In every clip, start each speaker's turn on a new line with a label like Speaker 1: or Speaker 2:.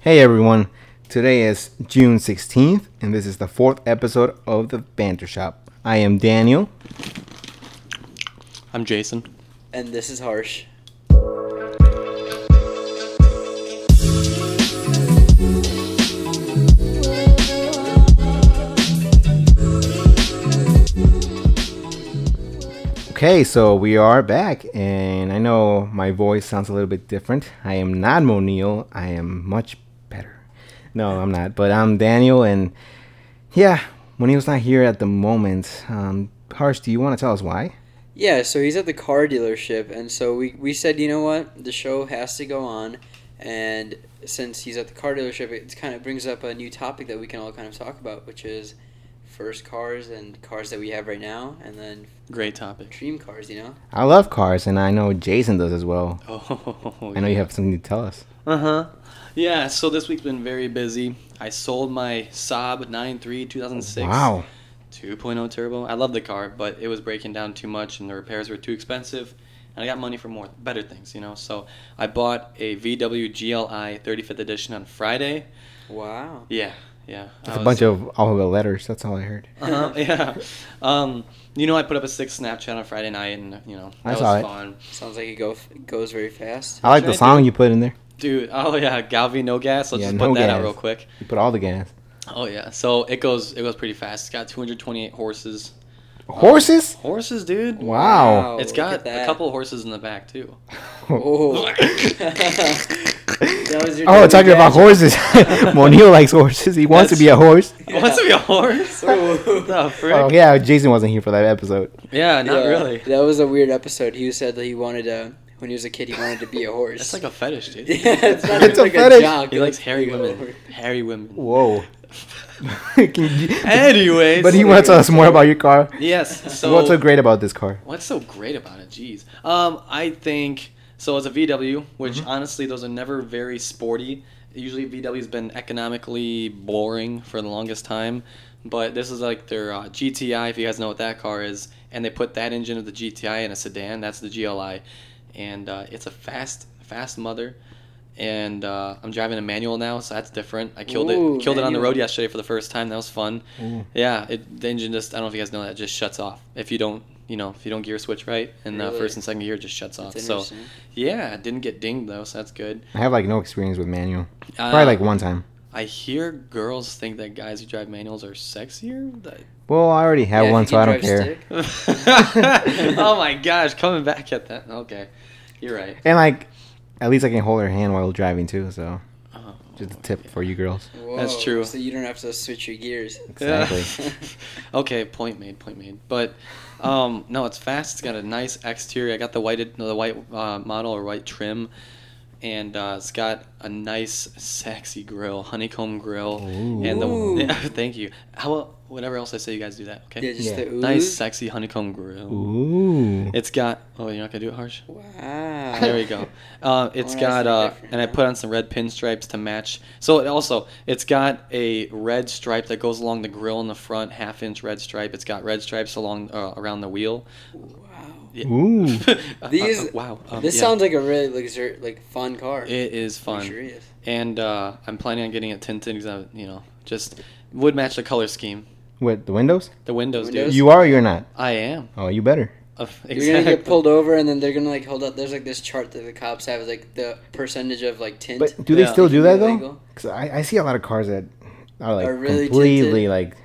Speaker 1: Hey everyone, today is June 16th, and this is the fourth episode of The Banter Shop. I am Daniel.
Speaker 2: I'm Jason.
Speaker 3: And this is harsh.
Speaker 1: Okay, so we are back, and I know my voice sounds a little bit different. I am not Moniel, I am much better. No, I'm not, but I'm Daniel, and yeah, Moniel's not here at the moment. Um, Harsh, do you want to tell us why?
Speaker 3: Yeah, so he's at the car dealership, and so we, we said, you know what, the show has to go on, and since he's at the car dealership, it kind of brings up a new topic that we can all kind of talk about, which is first cars and cars that we have right now, and then
Speaker 2: Great topic.
Speaker 3: dream cars, you know?
Speaker 1: I love cars, and I know Jason does as well.
Speaker 2: Oh,
Speaker 1: I know you have something to tell us.
Speaker 2: Uh huh. Yeah. So this week's been very busy. I sold my Saab 93 2006.
Speaker 1: Wow.
Speaker 2: 2.0 turbo. I love the car, but it was breaking down too much, and the repairs were too expensive. And I got money for more better things, you know. So I bought a VW GLI 35th edition on Friday.
Speaker 3: Wow.
Speaker 2: Yeah, yeah.
Speaker 1: That's a bunch of all the letters, that's all I heard.
Speaker 2: uh yeah. Um, you know, I put up a six Snapchat on Friday night, and you know
Speaker 1: I
Speaker 2: that
Speaker 1: saw
Speaker 2: was
Speaker 1: it.
Speaker 2: fun.
Speaker 3: Sounds like it go, goes very fast.
Speaker 1: I like the
Speaker 2: That's
Speaker 1: song you put in there.
Speaker 2: Dude, oh yeah, Galvi no gas. Let's
Speaker 1: Yeah,
Speaker 2: just
Speaker 1: no
Speaker 2: put that
Speaker 1: gas.
Speaker 2: out real quick.
Speaker 1: You put all the gas.
Speaker 2: Oh yeah, so it goes it goes pretty fast. It's got 228 horses.
Speaker 1: Horses?
Speaker 2: Horses, dude.
Speaker 1: Wow.
Speaker 2: It's
Speaker 3: look
Speaker 2: got
Speaker 3: at that.
Speaker 2: a couple horses in the back too.
Speaker 3: Oh. that was your
Speaker 1: Oh,
Speaker 3: dirty
Speaker 1: talking about
Speaker 3: gadget.
Speaker 1: horses. Monil likes horses. He wants to be a horse.
Speaker 3: Yeah.
Speaker 2: Wants to be Oh, a horse?
Speaker 3: Ooh.
Speaker 2: the frick?
Speaker 1: Oh, yeah, Jason wasn't here for that episode.
Speaker 2: Yeah, not
Speaker 3: Yeah,
Speaker 2: really.
Speaker 3: That was a weird episode. He said that he wanted to, when he was a kid, he wanted to be a horse.
Speaker 2: That's like a fetish, dude.
Speaker 3: Yeah, it's not
Speaker 1: It's
Speaker 3: even
Speaker 1: a
Speaker 3: like
Speaker 1: fetish.
Speaker 3: a job.
Speaker 2: He likes hairy women. Hairy women.
Speaker 1: Whoa. Can you-
Speaker 2: Anyways.
Speaker 1: but he wants to tell us more about your car.
Speaker 2: Yes. So
Speaker 1: What's so great about this car?
Speaker 2: What's so great about it? Jeez. Um, I think so. It's a VW, which
Speaker 3: Mm-hmm.
Speaker 2: honestly, those are never very sporty. Usually, VW's been economically boring for the longest time, but this is like their uh, GTI. If you guys know what that car is, and they put that engine of the GTI in a sedan. That's the GLI, and uh, it's a fast, fast mother. And uh, I'm driving a manual now, so that's different. I killed
Speaker 3: Ooh,
Speaker 2: it. Killed it on the
Speaker 3: manual.
Speaker 2: road yesterday for the first time. That was fun. Yeah, it, the engine just, I don't know if you guys know that, it just shuts off. If you don't, you know, if you don't gear switch right, and the
Speaker 3: Really?
Speaker 2: first and second gear it just shuts off.
Speaker 3: That's
Speaker 2: Oh, So,
Speaker 3: interesting.
Speaker 2: yeah, it didn't get dinged though, so that's good.
Speaker 1: I have like no experience with manual.
Speaker 2: Uh,
Speaker 1: Probably like one time.
Speaker 2: I hear girls think that guys who drive manuals are sexier. That-
Speaker 1: Well, I already have
Speaker 3: Yeah,
Speaker 1: one,
Speaker 3: if
Speaker 1: so
Speaker 3: you
Speaker 1: I
Speaker 3: can
Speaker 1: don't
Speaker 3: drive
Speaker 1: care.
Speaker 3: stick.
Speaker 2: oh my gosh, coming back at that. Okay, you're right.
Speaker 1: And like, at least I can hold her hand while driving too. So
Speaker 2: Oh.
Speaker 1: just a tip for you girls.
Speaker 2: That's
Speaker 3: Whoa,
Speaker 2: true.
Speaker 3: So you don't have to switch your gears.
Speaker 2: Yeah.
Speaker 1: Exactly.
Speaker 2: okay, point made, point made. But um, no, it's fast. It's got a nice exterior. I got the white, the white uh, model or white trim, and uh, it's got a nice, sexy grill, honeycomb grill, and
Speaker 3: Ooh.
Speaker 2: the thank you. How about whatever else I say, you guys do that, okay?
Speaker 3: Yeah, just
Speaker 1: Yeah.
Speaker 3: the ooze.
Speaker 2: nice, sexy honeycomb grill.
Speaker 1: Ooh.
Speaker 2: It's got. Oh, you're not gonna do it, harsh.
Speaker 3: Wow.
Speaker 2: There we go. Uh, it's
Speaker 3: Well,
Speaker 2: got,
Speaker 3: Oh, that's
Speaker 2: uh,
Speaker 3: different,
Speaker 2: and I
Speaker 3: huh?
Speaker 2: put on some red pinstripes to match. So it also, it's got a red stripe that goes along the grill in the front, half inch red stripe. It's got red stripes along uh, around the wheel.
Speaker 3: Wow.
Speaker 1: Ooh.
Speaker 2: Uh, uh,
Speaker 3: These-
Speaker 2: uh, wow. um,
Speaker 3: this
Speaker 2: yeah.
Speaker 3: sounds like a really luxur- like fun car.
Speaker 2: It is fun,
Speaker 3: Luxurious.
Speaker 2: and uh, I'm planning on getting it tinted because you know just would match the color scheme.
Speaker 1: What the windows?
Speaker 2: The windows,
Speaker 3: Windows?
Speaker 2: dude.
Speaker 1: You are or you're not?
Speaker 2: I am.
Speaker 1: Oh, you better.
Speaker 2: Uh,
Speaker 3: You're gonna get
Speaker 2: exactly.
Speaker 3: pulled over, and then they're gonna like hold up. There's like this chart that the cops have, like the percentage of like tint.
Speaker 1: But do they
Speaker 2: Yeah.
Speaker 1: still do that though?
Speaker 3: Illegal.
Speaker 1: Because I, I see a lot of cars that are like
Speaker 3: Are really
Speaker 1: completely
Speaker 3: tinted.
Speaker 1: like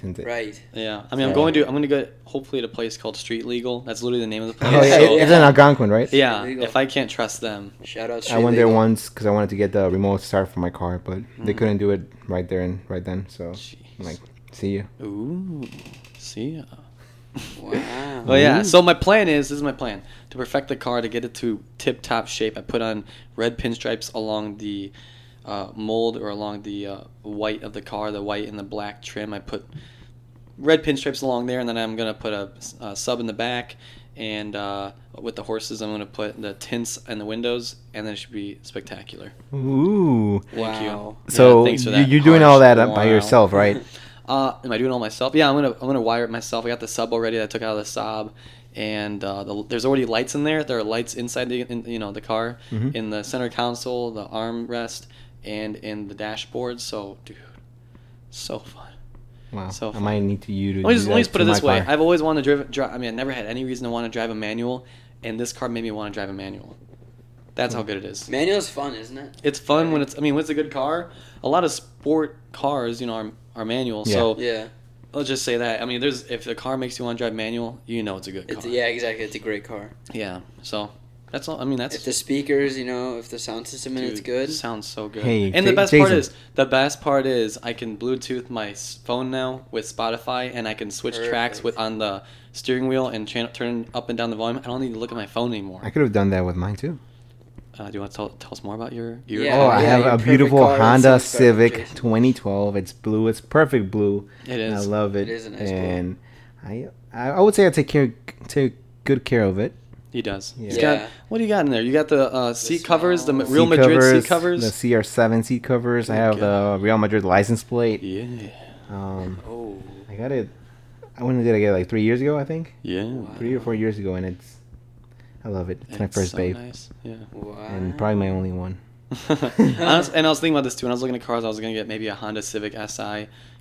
Speaker 1: tinted.
Speaker 3: right.
Speaker 2: Yeah, I mean,
Speaker 1: Yeah.
Speaker 2: I'm going to. I'm going to go hopefully at a place called Street Legal. That's literally the name of the place.
Speaker 1: Oh, yeah, it-
Speaker 2: so-
Speaker 1: it's an Algonquin, right?
Speaker 2: Yeah,
Speaker 3: Legal.
Speaker 2: if I can't trust them.
Speaker 3: Shout out.
Speaker 1: I
Speaker 3: Street
Speaker 1: went there
Speaker 3: Legal.
Speaker 1: once because I wanted to get the remote start for my car, but
Speaker 2: Mm.
Speaker 1: they couldn't do it right there and right then. So, I'm like, see you.
Speaker 2: Ooh, see ya.
Speaker 3: Wow.
Speaker 2: Well, Oh, yeah. So my plan is this is my plan to perfect the car to get it to tip top shape. I put on red pinstripes along the uh, mold or along the uh, white of the car, the white and the black trim. I put red pinstripes along there, and then I'm gonna put a, s- a sub in the back, and uh, with the horses, I'm gonna put the tints and the windows, and then it should be spectacular.
Speaker 1: Ooh.
Speaker 2: Thank
Speaker 3: Wow.
Speaker 2: you.
Speaker 1: So
Speaker 2: Yeah, thanks for
Speaker 1: you,
Speaker 2: that,
Speaker 1: you're doing
Speaker 2: Harsh.
Speaker 1: all that up by
Speaker 2: Wow.
Speaker 1: yourself, right?
Speaker 2: Uh, am I doing it all myself? Yeah, I'm gonna I'm gonna wire it myself. I got the sub already. that I took out of the Saab, and uh, the, there's already
Speaker 1: Mm-hmm.
Speaker 2: lights in there. There are lights inside the in, you know the car, in the center console, the armrest, and in the dashboard. So, dude, so fun.
Speaker 1: Wow.
Speaker 2: So
Speaker 1: I might need to you to.
Speaker 2: Let
Speaker 1: do
Speaker 2: me just, let
Speaker 1: that
Speaker 2: me just put
Speaker 1: to
Speaker 2: it
Speaker 1: my
Speaker 2: this way:
Speaker 1: car.
Speaker 2: I've always wanted to drive, dri I mean, I never had any reason to want to drive a manual, and this car made me want to drive a manual. That's how
Speaker 1: Mm-hmm.
Speaker 2: good it is.
Speaker 3: Manual's fun, isn't it?
Speaker 2: It's fun when it's. I mean, when it's a good car. A lot of sport cars, you know, are, are manual. So
Speaker 3: Yeah.
Speaker 2: let's just say that. I mean, there's if the car makes you want to drive manual, you know, it's a good car.
Speaker 3: It's, yeah, exactly. It's a great car.
Speaker 2: Yeah. So that's all. I mean, that's
Speaker 3: If the speakers, you know, if the sound system in it's
Speaker 2: Dude,
Speaker 3: good.
Speaker 2: Sounds so good.
Speaker 1: Hey,
Speaker 2: and the
Speaker 1: Ja-
Speaker 2: best part
Speaker 1: Jason.
Speaker 2: is the best part is I can Bluetooth my s- phone now with Spotify, and I can switch tracks
Speaker 3: Perfect.
Speaker 2: with on the steering wheel and chan- turn up and down the volume. I don't need to look at my phone anymore.
Speaker 1: I could have done that with mine too.
Speaker 2: Uh, do you want to tell, tell us more about your? your
Speaker 3: Yeah,
Speaker 1: oh, I
Speaker 3: yeah, your
Speaker 1: have a
Speaker 3: perfect
Speaker 1: beautiful
Speaker 3: car. It
Speaker 1: Honda
Speaker 3: seems
Speaker 1: Civic
Speaker 3: perfect, Jason.
Speaker 1: 2012. It's blue. It's perfect blue.
Speaker 2: It
Speaker 1: and I
Speaker 2: is.
Speaker 1: love it.
Speaker 3: It is a nice blue.
Speaker 1: and I, I, I would say I take care, take good care of it.
Speaker 2: He does.
Speaker 1: Yeah.
Speaker 2: He's got.
Speaker 3: Yeah.
Speaker 2: What do you got in there? You got the uh, seat covers, the
Speaker 3: small-
Speaker 2: Ma- Real
Speaker 1: Seat
Speaker 2: Madrid
Speaker 1: covers,
Speaker 2: seat covers.
Speaker 1: the CR7 seat covers. I
Speaker 2: Oh,
Speaker 1: have the Real Madrid license plate.
Speaker 2: yeah.
Speaker 1: Um,
Speaker 3: Oh.
Speaker 1: I got it. I when did I get it? Like three years ago, I think.
Speaker 2: Yeah.
Speaker 1: Three or four years ago, and it's. I love it. It's, my
Speaker 2: It's
Speaker 1: first
Speaker 2: so
Speaker 1: babe,
Speaker 2: Nice. Yeah.
Speaker 3: Wow.
Speaker 1: and probably my only one.
Speaker 2: Honest- and I was thinking about this too. When I was looking at cars, I was gonna get maybe a Honda Civic Si,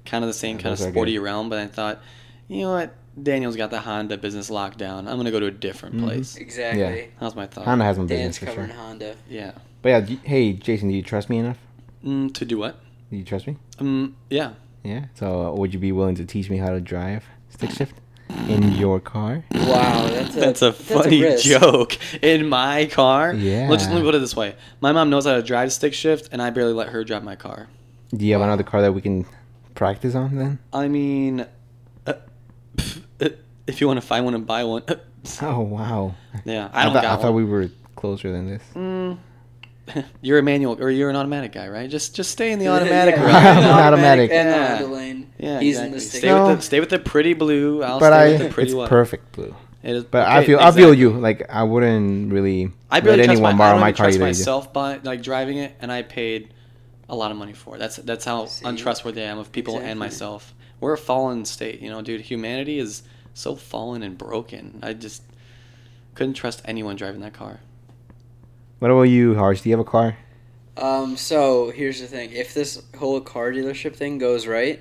Speaker 2: kind of the same
Speaker 1: Yeah,
Speaker 2: kind of
Speaker 1: those are
Speaker 2: sporty
Speaker 1: good.
Speaker 2: realm. But I thought, you know what, Daniel's got the Honda business lockdown. I'm gonna go to a different
Speaker 1: Mhm.
Speaker 2: place.
Speaker 3: exactly.
Speaker 2: That was my thought.
Speaker 1: Honda has my business
Speaker 3: Dan's
Speaker 1: for sure.
Speaker 3: covering Honda.
Speaker 2: Yeah.
Speaker 1: But yeah, d- hey Jason, do you trust me enough?
Speaker 2: Mm, to do what?
Speaker 1: Do you trust me?
Speaker 2: Um. Yeah.
Speaker 1: Yeah. So uh, would you be willing to teach me how to drive stick shift in your car?
Speaker 3: Wow, that's a
Speaker 2: That's a funny
Speaker 3: risk.
Speaker 2: joke in my car.
Speaker 1: Yeah.
Speaker 2: Let's just let me put it this way: my mom knows how to drive stick shift, and I barely let her drive my car.
Speaker 1: Do you have another car that we can practice on then?
Speaker 2: I mean, uh, uh, if you want to find one and buy one, uh,
Speaker 1: Oh wow.
Speaker 2: yeah. I don't
Speaker 1: thought,
Speaker 2: got
Speaker 1: I thought we
Speaker 2: one.
Speaker 1: were closer than this.
Speaker 2: Mm, you're a manual or you're an automatic guy, right? Just just stay in the automatic
Speaker 1: yeah.
Speaker 2: route.
Speaker 1: I'm
Speaker 3: Yeah.
Speaker 1: automatic.
Speaker 3: And the
Speaker 2: Yeah.
Speaker 3: Honda lane.
Speaker 2: Yeah,
Speaker 3: He's
Speaker 2: exactly.
Speaker 3: in the
Speaker 2: stay
Speaker 3: stick.
Speaker 1: No.
Speaker 2: with the stay with the pretty blue. I'll
Speaker 1: but
Speaker 2: stay
Speaker 1: I,
Speaker 2: with the pretty
Speaker 1: it's
Speaker 2: white.
Speaker 1: perfect blue.
Speaker 2: It is-
Speaker 1: But I
Speaker 2: okay,
Speaker 1: feel, I feel
Speaker 2: exactly.
Speaker 1: you. Like I wouldn't really
Speaker 2: I
Speaker 1: let
Speaker 2: barely trust
Speaker 1: anyone
Speaker 2: my, I
Speaker 1: borrow
Speaker 2: don't
Speaker 1: my
Speaker 2: even
Speaker 1: car
Speaker 2: trust
Speaker 1: either.
Speaker 2: myself by like driving it, and I paid a lot of money for it. That's that's how
Speaker 3: See?
Speaker 2: untrustworthy I am of people and
Speaker 3: Exactly.
Speaker 2: myself. We're a fallen state, you know, dude. Humanity is so fallen and broken. I just couldn't trust anyone driving that car.
Speaker 1: What about you, Harsh? Do you have a car?
Speaker 3: Um, so here's the thing: if this whole car dealership thing goes right,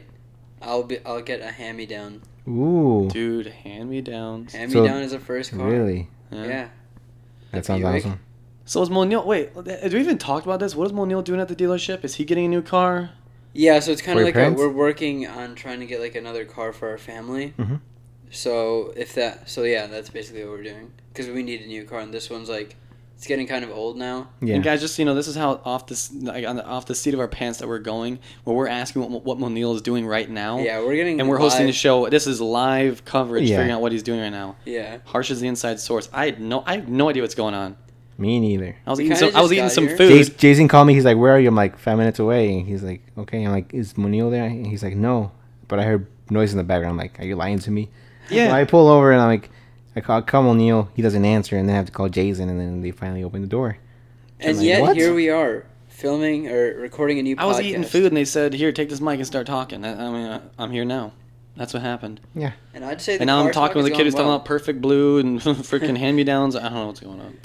Speaker 3: I'll be I'll get a hand me down.
Speaker 1: Ooh,
Speaker 2: Dude, hand me downs.
Speaker 3: Hand me down is a first car.
Speaker 1: really?
Speaker 3: Yeah.
Speaker 1: That sounds
Speaker 3: Buick.
Speaker 1: awesome.
Speaker 2: So is Monil? Wait, eh, do we even talked about this? What is Monil doing at the dealership? Is he getting a new car?
Speaker 3: Yeah, so it's kind
Speaker 1: For your
Speaker 3: of like a,
Speaker 1: parents?
Speaker 3: we're working on trying to get like another car for our family.
Speaker 2: Mm-hmm.
Speaker 1: Mhm.
Speaker 3: So if that, so yeah, that's basically what we're doing because we need a new car, and this one's like it's getting kind of old now.
Speaker 1: Yeah.
Speaker 2: And guys, just so you know, this is how off this like on the, off the seat of our pants that we're going. Where we're asking what, what Monil is doing right now.
Speaker 3: Yeah, we're getting
Speaker 2: Oh. And we're hosting the
Speaker 3: live-
Speaker 2: show. This is live coverage,
Speaker 1: Yeah.
Speaker 2: figuring out what he's doing right now.
Speaker 3: Yeah,
Speaker 2: Harsh is the inside source. I had no, I have no idea what's going on.
Speaker 1: Me neither.
Speaker 2: I was
Speaker 3: We
Speaker 2: eating
Speaker 3: kinda
Speaker 2: some, I was
Speaker 3: just
Speaker 2: eating
Speaker 3: got
Speaker 2: some
Speaker 3: here.
Speaker 2: food.
Speaker 1: Jason, Jason called me. He's like, "Where are you?" I'm like, five minutes away." And he's like, "Okay." I'm like, "Is Munil there?" And he's like, "No." But I heard noise in the background. I'm like, "Are you lying to me?"
Speaker 2: Yeah.
Speaker 1: So I pull over and I'm like, "I call, come O'Neill." He doesn't answer, and then I have to call Jason, and then they finally open the door.
Speaker 3: and
Speaker 1: like,
Speaker 3: yet
Speaker 1: what?
Speaker 3: here we are filming or recording a new.
Speaker 2: I was
Speaker 3: podcast,
Speaker 2: eating food, and they said, "Here, take this mic and start talking." I, I mean, I, I'm here now. That's what happened.
Speaker 3: and I'd say the
Speaker 2: and now I'm
Speaker 3: car
Speaker 2: talking
Speaker 3: talk
Speaker 2: with a
Speaker 3: is
Speaker 2: kid who's
Speaker 3: going
Speaker 2: talking
Speaker 3: well.
Speaker 2: about perfect blue and freaking hand me downs. I don't know what's going on.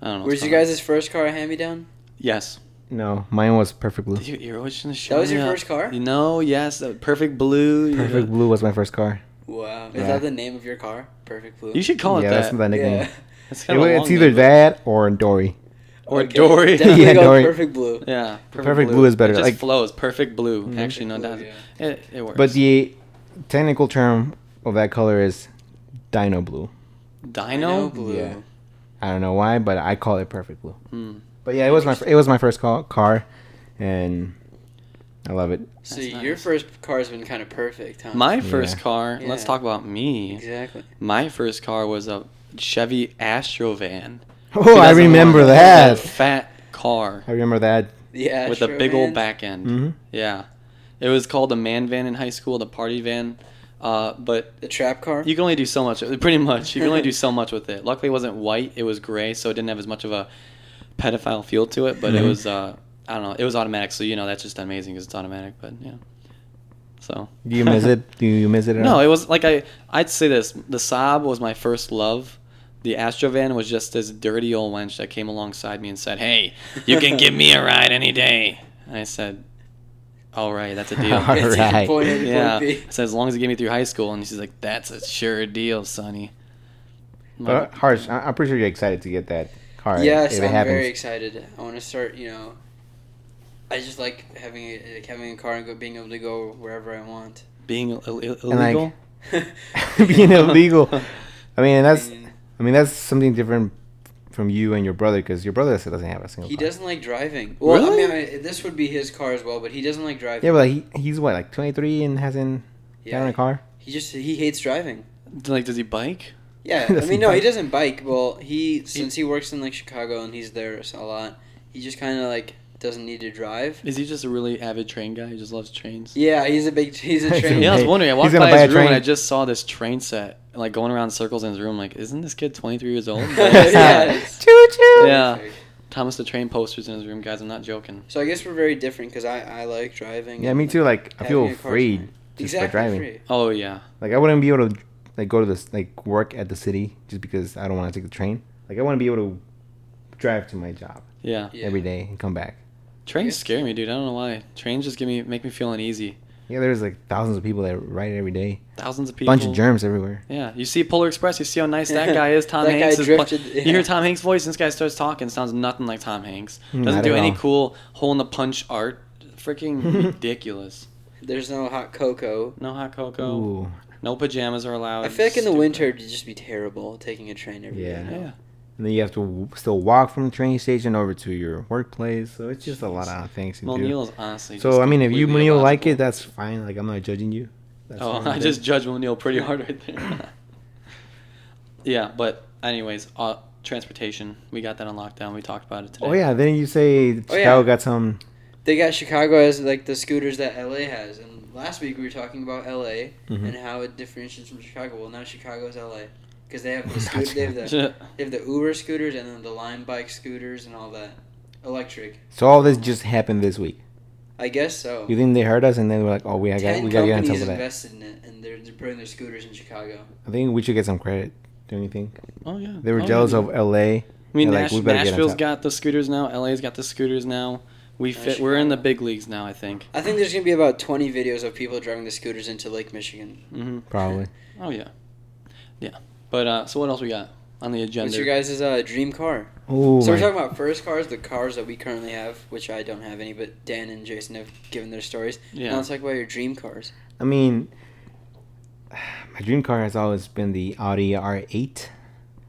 Speaker 2: I don't know. what's
Speaker 3: Where's you
Speaker 2: going on.
Speaker 3: guys' first car hand me down?
Speaker 2: Yes.
Speaker 1: No, mine was perfect blue.
Speaker 2: Dude, you're always in the show.
Speaker 3: That was your
Speaker 2: me up.
Speaker 3: first car?
Speaker 2: No, yes. uh, Perfect blue.
Speaker 1: Perfect blue was my first car.
Speaker 3: Wow. Is
Speaker 1: Yeah.
Speaker 3: that the name of your car? Perfect blue.
Speaker 2: You should call it
Speaker 1: yeah, that's
Speaker 2: that.
Speaker 1: the nickname.
Speaker 3: Yeah.
Speaker 2: That's
Speaker 1: It
Speaker 2: kind
Speaker 1: wa-
Speaker 2: of a
Speaker 1: it's
Speaker 2: long
Speaker 1: either
Speaker 2: name.
Speaker 1: that or Dory.
Speaker 2: or
Speaker 3: Okay,
Speaker 2: Dory.
Speaker 3: Definitely
Speaker 1: Yeah,
Speaker 3: go
Speaker 1: Dory.
Speaker 3: Perfect blue.
Speaker 2: Yeah,
Speaker 1: Perfect blue is better,
Speaker 2: It just
Speaker 1: like- Mhm.
Speaker 2: flows. Perfect blue. Actually, no,
Speaker 3: Blue,
Speaker 2: doubt.
Speaker 3: yeah.
Speaker 2: It, it works.
Speaker 1: But the technical term of that color is dino blue.
Speaker 2: Dino.
Speaker 3: blue.
Speaker 1: Yeah. I don't know why, but I call it perfect blue.
Speaker 2: Hmm.
Speaker 1: But yeah, it was my fir- it was my first call, car, and I love it.
Speaker 3: So
Speaker 2: That's
Speaker 3: your
Speaker 2: nice.
Speaker 3: first car's been kind of perfect, huh?
Speaker 2: My first
Speaker 1: Yeah.
Speaker 2: car. Let's
Speaker 3: Yeah.
Speaker 2: talk about me.
Speaker 3: Exactly.
Speaker 2: My first car was a Chevy Astrovan.
Speaker 1: Oh, I
Speaker 2: 2001.
Speaker 1: remember
Speaker 2: It was a
Speaker 1: that.
Speaker 2: fat car
Speaker 1: I remember that.
Speaker 3: Yeah.
Speaker 2: with
Speaker 3: sure,
Speaker 2: a big old
Speaker 3: man.
Speaker 2: back end.
Speaker 1: hmm
Speaker 2: Yeah, it was called the man van in high school, the party van. Uh, but
Speaker 3: The trap car.
Speaker 2: you can only do so much. Pretty much, you can only do so much with it. Luckily, it wasn't white; it was gray, so it didn't have as much of a pedophile feel to it. But it
Speaker 1: Mhm.
Speaker 2: was, uh, I don't know, it was automatic. So you know, that's just amazing because it's automatic. But yeah, so
Speaker 1: Do you miss it? Do you miss it? At
Speaker 2: no,
Speaker 1: all?
Speaker 2: it was like I, I'd say this: the Saab was my first love. The Astrovan was just this dirty old wench that came alongside me and said, "Hey, you can give me a ride any day." And I said, all right, that's a
Speaker 1: All
Speaker 2: deal.
Speaker 1: right.
Speaker 3: Point A to
Speaker 2: yeah.
Speaker 3: point B.
Speaker 2: So as long as you get me through high school. And she's like, that's a sure deal, Sonny. I'm
Speaker 1: But
Speaker 2: like,
Speaker 1: Uh, Harsh, I- I'm pretty sure you're excited to get that card.
Speaker 3: yes,
Speaker 1: if it
Speaker 3: I'm
Speaker 1: happens.
Speaker 3: very excited. I want to start. You know, I just like having a, like having a car and go, being able to go wherever I want.
Speaker 2: Being Ill- Ill-
Speaker 1: like,
Speaker 2: illegal?
Speaker 1: Being illegal. I mean, and that's
Speaker 3: And
Speaker 1: I mean that's something different from you and your brother because your brother doesn't have a single.
Speaker 3: he
Speaker 1: car.
Speaker 3: doesn't like driving. Well,
Speaker 2: Really?
Speaker 3: I mean, I- this would be his car as well, but he doesn't like driving.
Speaker 1: Yeah, but like, he, he's what like 23 and hasn't gotten a car.
Speaker 3: He just he hates driving.
Speaker 2: like, does he bike?
Speaker 3: Yeah, I
Speaker 1: Doesn't
Speaker 3: mean, no, he
Speaker 1: bike.
Speaker 3: doesn't bike. Well, he since he works in like Chicago and he's there a lot, he just kind of like doesn't need to drive.
Speaker 2: Is he just a really avid train guy? He just loves trains.
Speaker 3: Yeah, he's a big he's a
Speaker 1: He's
Speaker 3: train.
Speaker 2: Yeah, I was
Speaker 1: Hey,
Speaker 2: wondering. I
Speaker 1: he's
Speaker 2: walked
Speaker 1: gonna
Speaker 2: by
Speaker 1: buy
Speaker 2: his
Speaker 1: a
Speaker 2: room and
Speaker 1: train.
Speaker 2: I just saw this train set, like going around in circles in his room. Like, isn't this kid 23 years old?
Speaker 3: Yeah.
Speaker 1: Choo choo.
Speaker 2: yeah. Thomas the Train posters in his room, guys. I'm not joking.
Speaker 3: So I guess we're very different because I, I like driving.
Speaker 1: Yeah,
Speaker 3: and,
Speaker 1: me
Speaker 3: like,
Speaker 1: too. Like I
Speaker 3: having
Speaker 1: feel
Speaker 3: a car's
Speaker 1: afraid
Speaker 3: fine.
Speaker 1: just by driving.
Speaker 3: free.
Speaker 2: Oh yeah,
Speaker 1: Like I wouldn't be able to like go to this like work at the city just because I don't want to take the train. Like I want to be able to drive to my job
Speaker 2: yeah.
Speaker 3: Yeah.
Speaker 1: every day and come back.
Speaker 2: Trains
Speaker 3: Yeah.
Speaker 2: scare me, dude. I don't know why. Trains just give me make me feel uneasy.
Speaker 1: Yeah, there's like thousands of people that ride every day.
Speaker 2: Thousands of people.
Speaker 1: Bunch of germs everywhere.
Speaker 2: Yeah, you see Polar Express. You see how nice that guy is. Tom
Speaker 3: That guy
Speaker 2: Hanks. is pla-
Speaker 3: drifted- yeah.
Speaker 2: You hear Tom Hanks' voice, and this guy starts talking. Sounds nothing like Tom Hanks.
Speaker 1: Mm,
Speaker 2: Doesn't
Speaker 1: not
Speaker 2: do
Speaker 1: at
Speaker 2: any
Speaker 1: all.
Speaker 2: cool hole in the punch art. Freaking ridiculous.
Speaker 3: There's no hot cocoa.
Speaker 2: No hot cocoa.
Speaker 1: Ooh,
Speaker 2: No pajamas are allowed.
Speaker 3: I feel like in the
Speaker 2: Stupid.
Speaker 3: winter it'd just be terrible taking a train every day.
Speaker 1: Yeah.
Speaker 2: Yeah.
Speaker 1: and then you have to w- still walk from the train station over to your workplaess. So it's just a lot of things to
Speaker 2: Well,
Speaker 1: do.
Speaker 2: Neil is honestly. just
Speaker 1: So I mean, if you
Speaker 2: completely
Speaker 1: Neil like it,
Speaker 2: illogical.
Speaker 1: that's fine. Like I'm not judging you. That's
Speaker 2: Oh,
Speaker 1: fine
Speaker 2: I
Speaker 1: with
Speaker 2: just
Speaker 1: it.
Speaker 2: judge Neil pretty hard right there. yeah, but anyways, uh, transportation. We got that on lockdown. We talked about it today.
Speaker 1: Oh yeah, then you say Chicago
Speaker 3: yeah.
Speaker 1: got some.
Speaker 3: They got Chicago as like the scooters that LA has. And last week we were talking about LA
Speaker 1: Mm-hmm.
Speaker 3: and how it differentiates from Chicago. Well, now Chicago's LA because they have the scoot- they have the they have the Uber scooters and then the Lime bike scooters and all that electric.
Speaker 1: So all this just happened this week.
Speaker 3: I guess so.
Speaker 1: You think they heard us, and then we're like, oh, we got
Speaker 3: Ten
Speaker 1: we got to get on top
Speaker 3: companies
Speaker 1: of that.
Speaker 3: invested in it, and they're, they're putting their scooters in Chicago.
Speaker 1: I think we should get some credit. Don't you think
Speaker 2: oh yeah.
Speaker 1: they were
Speaker 2: Oh,
Speaker 1: jealous
Speaker 2: yeah.
Speaker 1: of L.A.
Speaker 2: I mean,
Speaker 1: they're like,
Speaker 2: Nash-
Speaker 1: we better get on
Speaker 2: Nashville's
Speaker 1: top.
Speaker 2: got the scooters now. LA's got the scooters now. We
Speaker 3: Yeah,
Speaker 2: fit. We're in the
Speaker 3: Chicago.
Speaker 2: big leagues now. I think.
Speaker 3: I think there's gonna be about 20 videos of people driving the scooters into Lake Michigan.
Speaker 2: hmm
Speaker 1: probably?
Speaker 2: Oh yeah. Yeah. But uh, so what else we got on the agenda?
Speaker 3: What's your guys' uh, dream car?
Speaker 1: Oh,
Speaker 3: so we're
Speaker 1: my-
Speaker 3: talking about first cars, the cars that we currently have, which I don't have any, but Dan and Jason have given their stories. Now
Speaker 2: yeah.
Speaker 3: let's talk about your dream cars.
Speaker 1: I mean, my dream car has always been the Audi R8.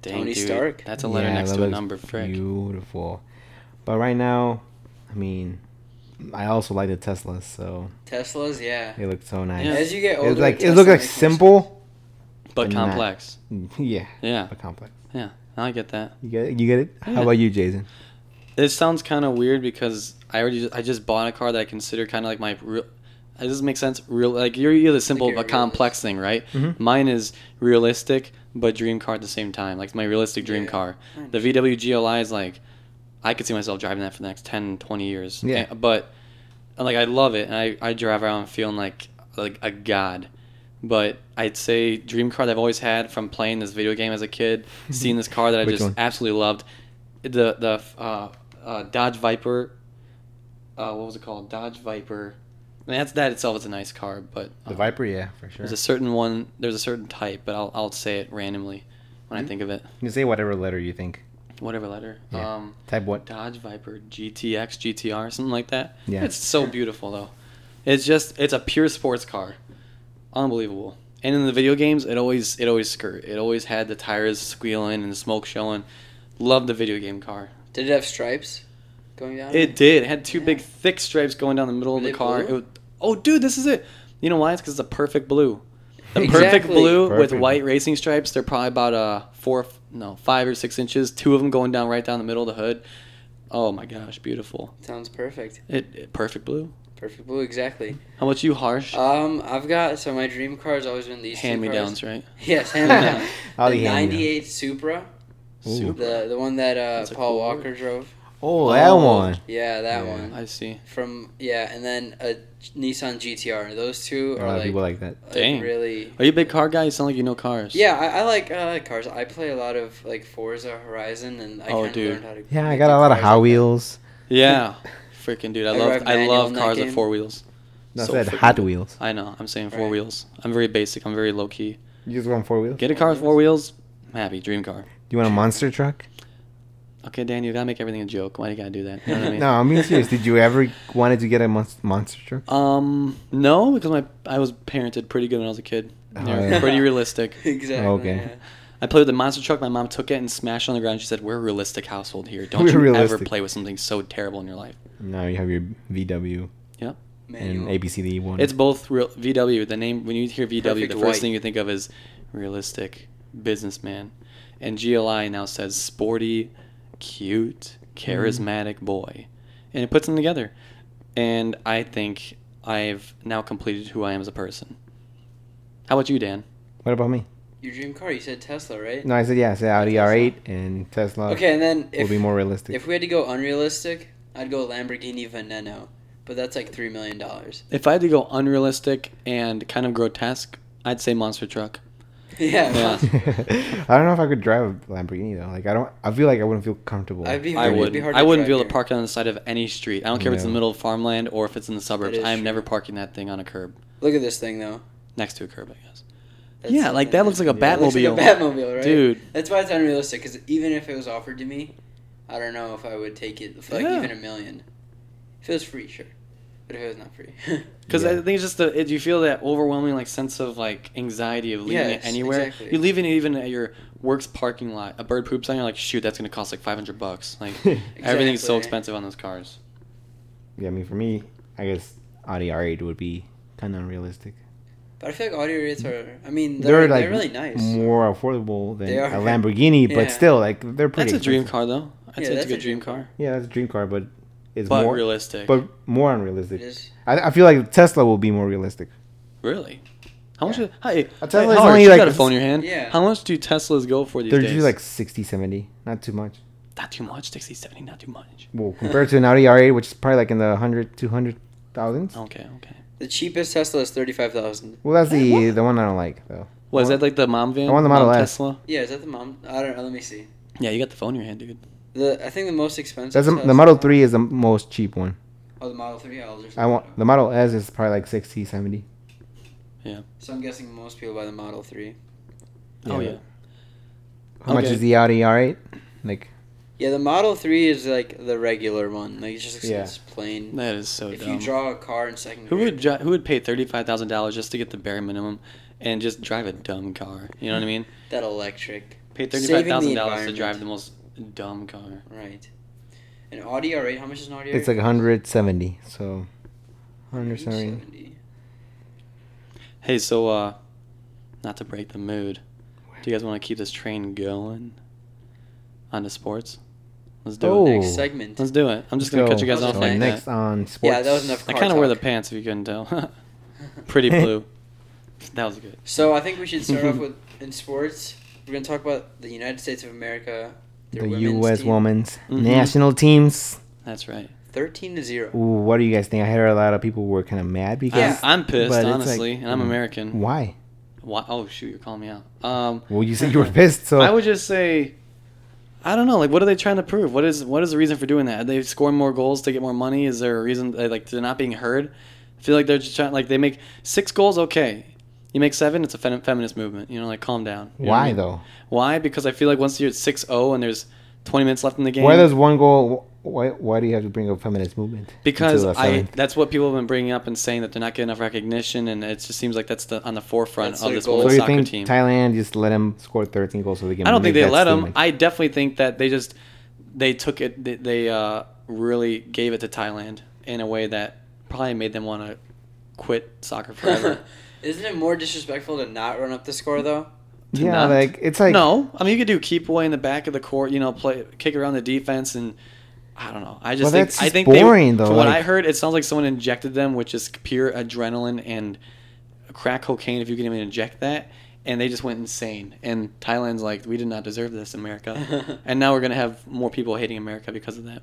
Speaker 2: Dang,
Speaker 3: Tony
Speaker 2: dude,
Speaker 3: Stark.
Speaker 2: That's a letter
Speaker 1: Yeah,
Speaker 2: next
Speaker 1: that
Speaker 2: to a
Speaker 1: looks
Speaker 2: number, frick.
Speaker 1: Beautiful. But right now, I mean, I also like the Teslas, so
Speaker 3: Teslas, yeah.
Speaker 1: they look so nice.
Speaker 2: Yeah.
Speaker 3: As you get older,
Speaker 1: It's like it
Speaker 3: Tesla
Speaker 1: looked like
Speaker 3: makes more
Speaker 1: simple.
Speaker 2: But
Speaker 1: But not-
Speaker 2: complex.
Speaker 1: yeah,
Speaker 2: Yeah.
Speaker 1: but complex.
Speaker 2: I get that.
Speaker 1: You get it? You get it?
Speaker 2: Yeah.
Speaker 1: How about you, Jason?
Speaker 2: This sounds kind of weird because I already I just bought a car that I consider kind of like my real. It doesn't make sense. Real like you're either simple
Speaker 3: Like
Speaker 2: but
Speaker 3: your
Speaker 2: complex thing, right?
Speaker 1: Mhm.
Speaker 2: Mine is realistic but dream car at the same time. Like my realistic dream
Speaker 3: Yeah.
Speaker 2: car.
Speaker 3: I
Speaker 2: The VW GLI is like I could see myself driving that for the next 10, 20 years.
Speaker 1: Yeah.
Speaker 2: And- but and, like I love it and I, I drive around feeling like like a god. But I'd say dream car that I've always had from playing this video game as a kid, seeing this car that I
Speaker 1: Which
Speaker 2: just
Speaker 1: one?
Speaker 2: absolutely loved, the the uh, uh, Dodge Viper. Uh, what was it called? Dodge Viper. I mean, that's that itself is a nice car, but uh,
Speaker 1: The Viper, yeah, for sure.
Speaker 2: there's a certain one. There's a certain type, but I'll I'll say it randomly
Speaker 1: Mm-hmm.
Speaker 2: when I think of it.
Speaker 1: You can say whatever letter you think.
Speaker 2: Whatever letter.
Speaker 1: Yeah.
Speaker 2: Um,
Speaker 1: Type what?
Speaker 2: Dodge Viper GTX, GTR, something like that.
Speaker 1: Yeah.
Speaker 2: It's so beautiful though. It's just it's a pure sports car. Unbelievable. And in the video games, it always it always skirt. It always had the tires squealing and the smoke showing. Love the video game car.
Speaker 3: Did it have stripes going down?
Speaker 2: It did. It had two
Speaker 3: Yeah.
Speaker 2: big thick stripes going down the middle of
Speaker 3: Were
Speaker 2: the
Speaker 3: they
Speaker 2: car.
Speaker 3: blue?
Speaker 2: It would- oh, dude, this is it. You know why? It's because it's a perfect blue. The perfect
Speaker 3: Exactly.
Speaker 2: blue with
Speaker 1: Perfect.
Speaker 2: white racing stripes. They're probably about uh four, no, five or six inches. Two of them going down right down the middle of the hood. Oh my gosh, beautiful.
Speaker 3: Sounds perfect.
Speaker 2: It, it perfect blue.
Speaker 3: Perfect blue, exactly.
Speaker 2: How about you, Harsh?
Speaker 3: Um, I've got so my dream car has always been these two
Speaker 2: Hand me
Speaker 3: cars.
Speaker 2: downs, right?
Speaker 3: Yes, hand me down.
Speaker 1: I'll
Speaker 3: the
Speaker 1: be handing you.
Speaker 3: '98 Supra,
Speaker 1: Ooh.
Speaker 2: Super.
Speaker 3: the the one that
Speaker 2: That's
Speaker 3: uh,
Speaker 2: a
Speaker 3: Paul
Speaker 2: cool
Speaker 3: Walker
Speaker 2: word.
Speaker 3: drove.
Speaker 1: Oh, that
Speaker 2: Oh.
Speaker 1: one.
Speaker 3: Yeah, that
Speaker 1: Yeah.
Speaker 3: one.
Speaker 2: I see.
Speaker 3: From yeah, and then a Nissan GTR. Those two
Speaker 1: A
Speaker 3: are
Speaker 1: lot of
Speaker 3: like,
Speaker 1: people like that.
Speaker 3: like,
Speaker 2: Dang.
Speaker 3: really.
Speaker 2: Are you a big car guy? You sound like you know cars.
Speaker 3: Yeah, I, I like I like cars. I play a lot of like Forza Horizon, and I
Speaker 2: Oh,
Speaker 3: kind of
Speaker 2: dude.
Speaker 3: learned how to.
Speaker 1: Yeah, I
Speaker 3: make
Speaker 1: got
Speaker 3: the
Speaker 1: a lot of
Speaker 3: cars
Speaker 1: Hot
Speaker 3: like that.
Speaker 1: Wheels.
Speaker 2: Yeah. freaking dude. I
Speaker 3: I
Speaker 2: love
Speaker 3: drive
Speaker 2: I
Speaker 3: manual
Speaker 2: love
Speaker 3: in that
Speaker 2: cars with
Speaker 3: game.
Speaker 2: four wheels.
Speaker 1: No,
Speaker 2: So
Speaker 1: I said
Speaker 2: freaking-
Speaker 1: Hot Wheels.
Speaker 2: I know. I'm saying four
Speaker 3: Right.
Speaker 2: wheels. I'm very basic. I'm very low key.
Speaker 1: You just want four wheels?
Speaker 2: Get a car with four wheels. I'm happy. Dream car.
Speaker 1: you want a monster truck?
Speaker 2: Okay, Dan, you gotta make everything a joke. Why do you gotta do that? You know what I mean?
Speaker 1: no, I'm being serious. Did you ever wanted to get a mon- monster truck?
Speaker 2: Um, no, because my I was parented pretty good when I was a kid.
Speaker 1: Oh,
Speaker 2: They were
Speaker 1: yeah.
Speaker 2: pretty realistic.
Speaker 3: exactly.
Speaker 1: Okay.
Speaker 3: yeah.
Speaker 2: I played with the monster truck. My mom took it and smashed it on the ground. She said, "We're a realistic household here. Don't
Speaker 1: We're
Speaker 2: you ever
Speaker 1: realistic."
Speaker 2: play with something so terrible in your life."
Speaker 1: Now you have your VW
Speaker 2: Yep.
Speaker 1: and
Speaker 3: Manual.
Speaker 1: ABCD one.
Speaker 2: It's both real VW. The name when you hear VW, the
Speaker 3: Perfect
Speaker 2: first
Speaker 3: white.
Speaker 2: thing you think of is realistic businessman, and GLI now says sporty, cute, charismatic boy, and it puts them together. And I think I've now completed who I am as a person. How about you, Dan?
Speaker 1: what about me?
Speaker 3: Your dream car, you said Tesla, right?
Speaker 1: No, I said yeah. I said Audi R8 and Tesla
Speaker 3: Okay, and then
Speaker 1: will
Speaker 3: if
Speaker 1: be more realistic.
Speaker 3: if we had to go unrealistic, I'd go Lamborghini Veneno, but that's like three million dollars.
Speaker 2: If I had to go unrealistic and kind of grotesque, I'd say monster truck.
Speaker 3: Yeah.
Speaker 2: Yeah.
Speaker 1: I don't know if I could drive a Lamborghini though. Like I don't. I feel like I wouldn't feel comfortable.
Speaker 3: I'd be.
Speaker 2: I
Speaker 3: it'd be
Speaker 2: would.
Speaker 3: hard
Speaker 2: I
Speaker 3: to
Speaker 2: wouldn't be
Speaker 3: drive
Speaker 2: able to
Speaker 3: here.
Speaker 2: park it on the side of any street. I don't care if it's in the
Speaker 1: No.
Speaker 2: middle of farmland or if it's in the suburbs.
Speaker 3: is
Speaker 2: I am
Speaker 3: true.
Speaker 2: never parking that thing on a curb
Speaker 3: Look at this thing though.
Speaker 2: next to a curb. I guess.
Speaker 3: That's
Speaker 2: yeah, like that looks like a
Speaker 1: Yeah.
Speaker 3: It looks like
Speaker 2: Batmobile.
Speaker 3: a Batmobile, right?
Speaker 2: Dude,
Speaker 3: That's why it's unrealistic. Because even if it was offered to me, I don't know if I would take it for like
Speaker 2: Yeah.
Speaker 3: even a million. If it was free, sure. But if it was not free,
Speaker 2: because I
Speaker 1: Yeah.
Speaker 2: think it's just the it, you feel that overwhelming like sense of like anxiety of leaving
Speaker 3: Yes,
Speaker 2: it anywhere.
Speaker 3: exactly.
Speaker 2: You're leaving it even at your work's parking lot. A bird poops on you, like shoot, that's gonna cost like five hundred bucks. Like everything's so
Speaker 3: Exactly.
Speaker 2: expensive on those cars.
Speaker 1: yeah, I mean for me, I guess Audi R8 would be kind of unrealistic.
Speaker 3: But I feel like audio rates are. I mean,
Speaker 1: They're,
Speaker 3: they're, they're,
Speaker 1: like
Speaker 3: really nice.
Speaker 1: More affordable than
Speaker 3: They
Speaker 1: a
Speaker 3: are.
Speaker 1: Lamborghini,
Speaker 3: Yeah.
Speaker 1: but still, like they're pretty.
Speaker 2: That's a dream
Speaker 1: expensive.
Speaker 2: car though. I'd
Speaker 3: Yeah,
Speaker 2: say it's
Speaker 3: that's
Speaker 2: a
Speaker 3: a
Speaker 2: good dream
Speaker 3: dream
Speaker 2: car,
Speaker 1: Yeah, that's a dream car, but it's
Speaker 2: but
Speaker 1: more
Speaker 2: realistic.
Speaker 1: but more
Speaker 3: It
Speaker 1: unrealistic.
Speaker 3: is.
Speaker 1: I, I feel like Tesla will be more realistic.
Speaker 2: really. How much?
Speaker 1: Yeah.
Speaker 2: Is, hey,
Speaker 1: A
Speaker 2: hey,
Speaker 1: Tesla's
Speaker 2: Howard,
Speaker 1: only,
Speaker 2: you
Speaker 1: like,
Speaker 2: got a phone in your hand.
Speaker 3: Yeah.
Speaker 2: How much do Teslas go for these
Speaker 1: They're
Speaker 2: days?
Speaker 1: usually like 60, 70, not too much.
Speaker 2: not too much, 60, 70, not too much.
Speaker 1: Well, compared to an Audi R8, which is probably like in the 100, 200 thousands.
Speaker 2: Okay, okay.
Speaker 3: The cheapest Tesla is thirty-five thousand.
Speaker 1: Well, that's
Speaker 2: Hey,
Speaker 1: the
Speaker 2: what?
Speaker 1: the one I don't like though.
Speaker 2: Was
Speaker 1: I
Speaker 2: that like the mom van?
Speaker 1: I want the Model
Speaker 2: mom
Speaker 1: S.
Speaker 2: Tesla.
Speaker 3: Yeah, is that the mom? I don't know. Let me see.
Speaker 2: Yeah, you got the phone in your hand, dude.
Speaker 3: The I think the most expensive.
Speaker 1: That's the,
Speaker 3: Tesla-
Speaker 1: the Model 3 is the most cheap one.
Speaker 3: Oh, the Model Three. I'll just
Speaker 1: I want the Model S is probably like 60, 70.
Speaker 3: So I'm guessing most people buy the Model Three.
Speaker 2: Oh
Speaker 1: Yeah.
Speaker 2: yeah.
Speaker 1: How much
Speaker 2: Okay.
Speaker 1: is the Audi R8? Like
Speaker 3: Yeah, the Model Three is like the regular one. Like it just looks
Speaker 1: Yeah.
Speaker 3: like it's plain.
Speaker 2: That is so
Speaker 3: if
Speaker 2: dumb.
Speaker 3: you draw a car in second
Speaker 2: who
Speaker 3: grade,
Speaker 2: would dri- who would pay thirty five thousand dollars just to get the bare minimum and just drive a dumb car? You know what I mean?
Speaker 3: that electric,
Speaker 2: Pay
Speaker 3: Saving
Speaker 2: thirty
Speaker 3: the
Speaker 2: five thousand dollars to drive
Speaker 3: environment.
Speaker 2: the most dumb car.
Speaker 3: right? An Audi R8. How much is an Audi?
Speaker 1: it's like 170. So 170.
Speaker 2: Hey, so uh, not to break the mood, do you guys want to keep this train going? On to sports. Let's do
Speaker 1: Oh.
Speaker 2: it.
Speaker 3: Next segment.
Speaker 2: Let's do it. I'm just gonna
Speaker 1: So-
Speaker 2: cut you guys
Speaker 3: So
Speaker 2: off
Speaker 1: so
Speaker 2: like
Speaker 1: next
Speaker 2: that.
Speaker 1: on sports.
Speaker 3: Yeah, that was enough
Speaker 2: I
Speaker 3: car
Speaker 2: kind of wear the
Speaker 3: talk.
Speaker 2: pants if you couldn't tell. Pretty blue. that was good.
Speaker 3: So I think we should start off with in sports. We're gonna talk about the United States of America. Their
Speaker 1: the
Speaker 3: women's
Speaker 1: U.S.
Speaker 3: team,
Speaker 1: women's
Speaker 2: Mhm.
Speaker 1: national teams.
Speaker 2: That's right.
Speaker 3: thirteen to
Speaker 1: Ooh,
Speaker 3: zero.
Speaker 1: what do you guys think? I heard a lot of people were kind of mad because
Speaker 2: I'm, I'm pissed,
Speaker 1: but it's like-
Speaker 2: honestly, and I'm
Speaker 1: Mm.
Speaker 2: American.
Speaker 1: why?
Speaker 2: Why? Oh shoot, you're calling me out. Um,
Speaker 1: Well, you said you were pissed, so
Speaker 2: I would just say, I don't know. Like, what are they trying to prove? What is what is the reason for doing that? Are they scoring more goals to get more money? Is there a reason that, like they're not being heard? I feel like they're just trying. Like they make six goals, okay. You make seven, it's a fem- feminist movement. You know, like calm down. You know what I
Speaker 1: why
Speaker 2: mean?
Speaker 1: though?
Speaker 2: Why? Because I feel like once you're at 6-0 and there's twenty minutes left in the game.
Speaker 1: Why does one goal? Why why do you have to bring up feminist movement?
Speaker 2: because
Speaker 1: into the
Speaker 2: I
Speaker 1: seventh?
Speaker 2: that's what people have been bringing up and saying that they're not getting enough recognition, and it just seems like that's the on the forefront
Speaker 3: That's
Speaker 2: of
Speaker 3: their
Speaker 2: this
Speaker 3: goal.
Speaker 1: So
Speaker 2: women's
Speaker 1: you
Speaker 2: soccer
Speaker 1: think
Speaker 2: team.
Speaker 1: Thailand just let him score 13 goals so they can?
Speaker 2: I don't think
Speaker 1: make
Speaker 2: they
Speaker 1: that
Speaker 2: let them.
Speaker 1: statement?
Speaker 2: I definitely think that they just they took it. They, they uh, really gave it to Thailand in a way that probably made them want to quit soccer forever.
Speaker 3: Isn't it more disrespectful to not run up the score though?
Speaker 2: to
Speaker 1: yeah,
Speaker 2: not.
Speaker 1: like it's like
Speaker 2: no, I mean you could do keep away in the back of the court. You know, play kick around the defense and. I don't know. I just
Speaker 1: Well,
Speaker 2: think
Speaker 1: that's
Speaker 2: I
Speaker 1: just
Speaker 2: think
Speaker 1: boring,
Speaker 2: they,
Speaker 1: though,
Speaker 2: From what
Speaker 1: like-
Speaker 2: I heard, it sounds like someone injected them, which is pure adrenaline and crack cocaine. If you can even inject that, and they just went insane. And Thailand's like, we did not deserve this, America. and now we're gonna have more people hating America because of that.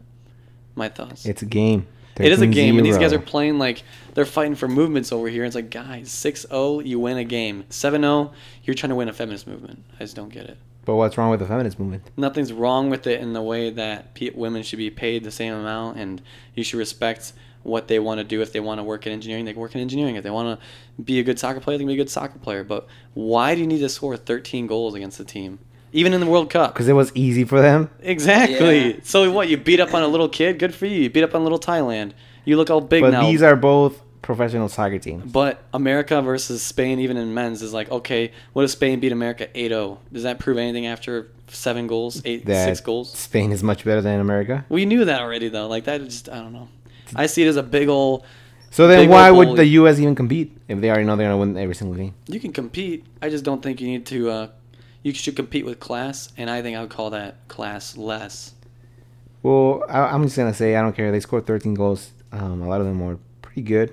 Speaker 2: My thoughts.
Speaker 1: It's a game.
Speaker 2: It is a game, and these guys are
Speaker 1: 13-0.
Speaker 2: playing like they're fighting for movements over here. It's like, oh, guys, 6 0, you win a game. 7 0, you're trying to win a feminist movement. I just don't get it.
Speaker 1: But what's wrong with the feminist movement?
Speaker 2: nothing's wrong with it in the way that pe- women should be paid the same amount and you should respect what they want to do if they want to work in engineering they can work in engineering if they want to be a good soccer player they can be a good soccer player but why do you need to score 13 goals against the team even in the world cup
Speaker 1: Because it was easy for them.
Speaker 2: exactly
Speaker 3: Yeah.
Speaker 2: so what you beat up on a little kid good for you you beat up on little thailand you look all big
Speaker 1: But
Speaker 2: now
Speaker 1: these are both professional soccer teams.
Speaker 2: but America versus Spain, even in men's, is like, okay, what if Spain beat America 8 0? Does that prove anything after seven goals, eight,
Speaker 1: That
Speaker 2: six goals?
Speaker 1: Spain is much better than America.
Speaker 2: We knew that already, though. Like that, just I don't know. I see it as a big ol'
Speaker 1: So then,
Speaker 2: Big
Speaker 1: why
Speaker 2: old
Speaker 1: would
Speaker 2: bully.
Speaker 1: the U.S. even compete if they already know they're gonna win every single game?
Speaker 2: You can compete. I just don't think you need to. Uh, you should compete with class, and I think I would call that class less.
Speaker 1: Well, I, I'm just gonna say I don't care. They scored 13 goals. Um, a lot of them were pretty good.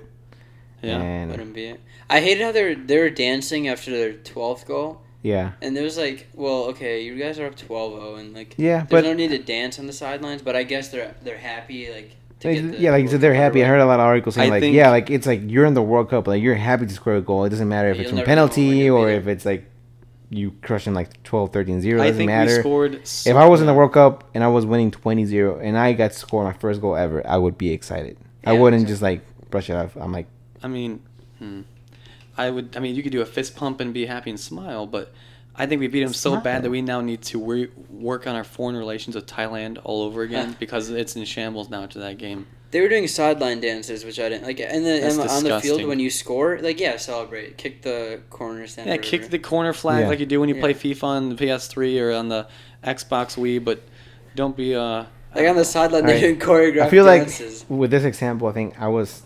Speaker 2: Yeah.
Speaker 1: And,
Speaker 3: Wouldn't be it. I hated how they're they're dancing after their twelfth goal,
Speaker 1: yeah.
Speaker 3: and there was like, well, okay, you guys are up 12-0, and like,
Speaker 1: Yeah,
Speaker 3: there's
Speaker 1: but-
Speaker 3: no need to dance on the sidelines. But I guess they're they're happy, like, to
Speaker 1: They-
Speaker 3: get the
Speaker 1: yeah, like you said, they're
Speaker 3: World Cup
Speaker 1: happy. I
Speaker 3: right.
Speaker 1: heard a lot of articles saying
Speaker 2: I
Speaker 1: like,
Speaker 2: think-
Speaker 1: yeah, like it's like you're in the World Cup, like you're happy to score a goal. It doesn't matter if
Speaker 3: Yeah,
Speaker 1: it's
Speaker 3: you'll
Speaker 1: from
Speaker 3: never know when
Speaker 1: penalty
Speaker 3: you'll
Speaker 1: or
Speaker 3: beat
Speaker 1: if it's like you crushing like 12, 13, 0.
Speaker 2: I
Speaker 1: doesn't
Speaker 2: think we
Speaker 1: matter.
Speaker 2: scored.
Speaker 1: if I was in the World Cup and I was winning 20 0 and I got to score my first goal ever, I would be excited. I
Speaker 3: Yeah,
Speaker 1: wouldn't
Speaker 3: exactly.
Speaker 1: just like brush it off. I'm like,
Speaker 2: I mean, hmm. I would. I mean, you could do a fist pump and be happy and smile, but I think we beat them so
Speaker 1: Smile.
Speaker 2: bad that we now need to wor- work on our foreign relations with Thailand all over again because it's in shambles now after that game.
Speaker 3: They were doing sideline dances, which I didn't like. And then
Speaker 2: That's
Speaker 3: and on the field
Speaker 2: disgusting.
Speaker 3: when you score, like yeah, celebrate, kick the corner stand.
Speaker 2: Yeah,
Speaker 3: or
Speaker 2: kick
Speaker 3: whatever.
Speaker 2: the corner flag
Speaker 1: Yeah.
Speaker 2: like you do when you play
Speaker 3: Yeah.
Speaker 2: FIFA on the PS3 or on the Xbox Wii, but don't be uh
Speaker 3: like on the sideline. They're
Speaker 1: Alright.
Speaker 3: doing choreographed
Speaker 1: I feel like
Speaker 3: dances.
Speaker 1: with this example, I think I was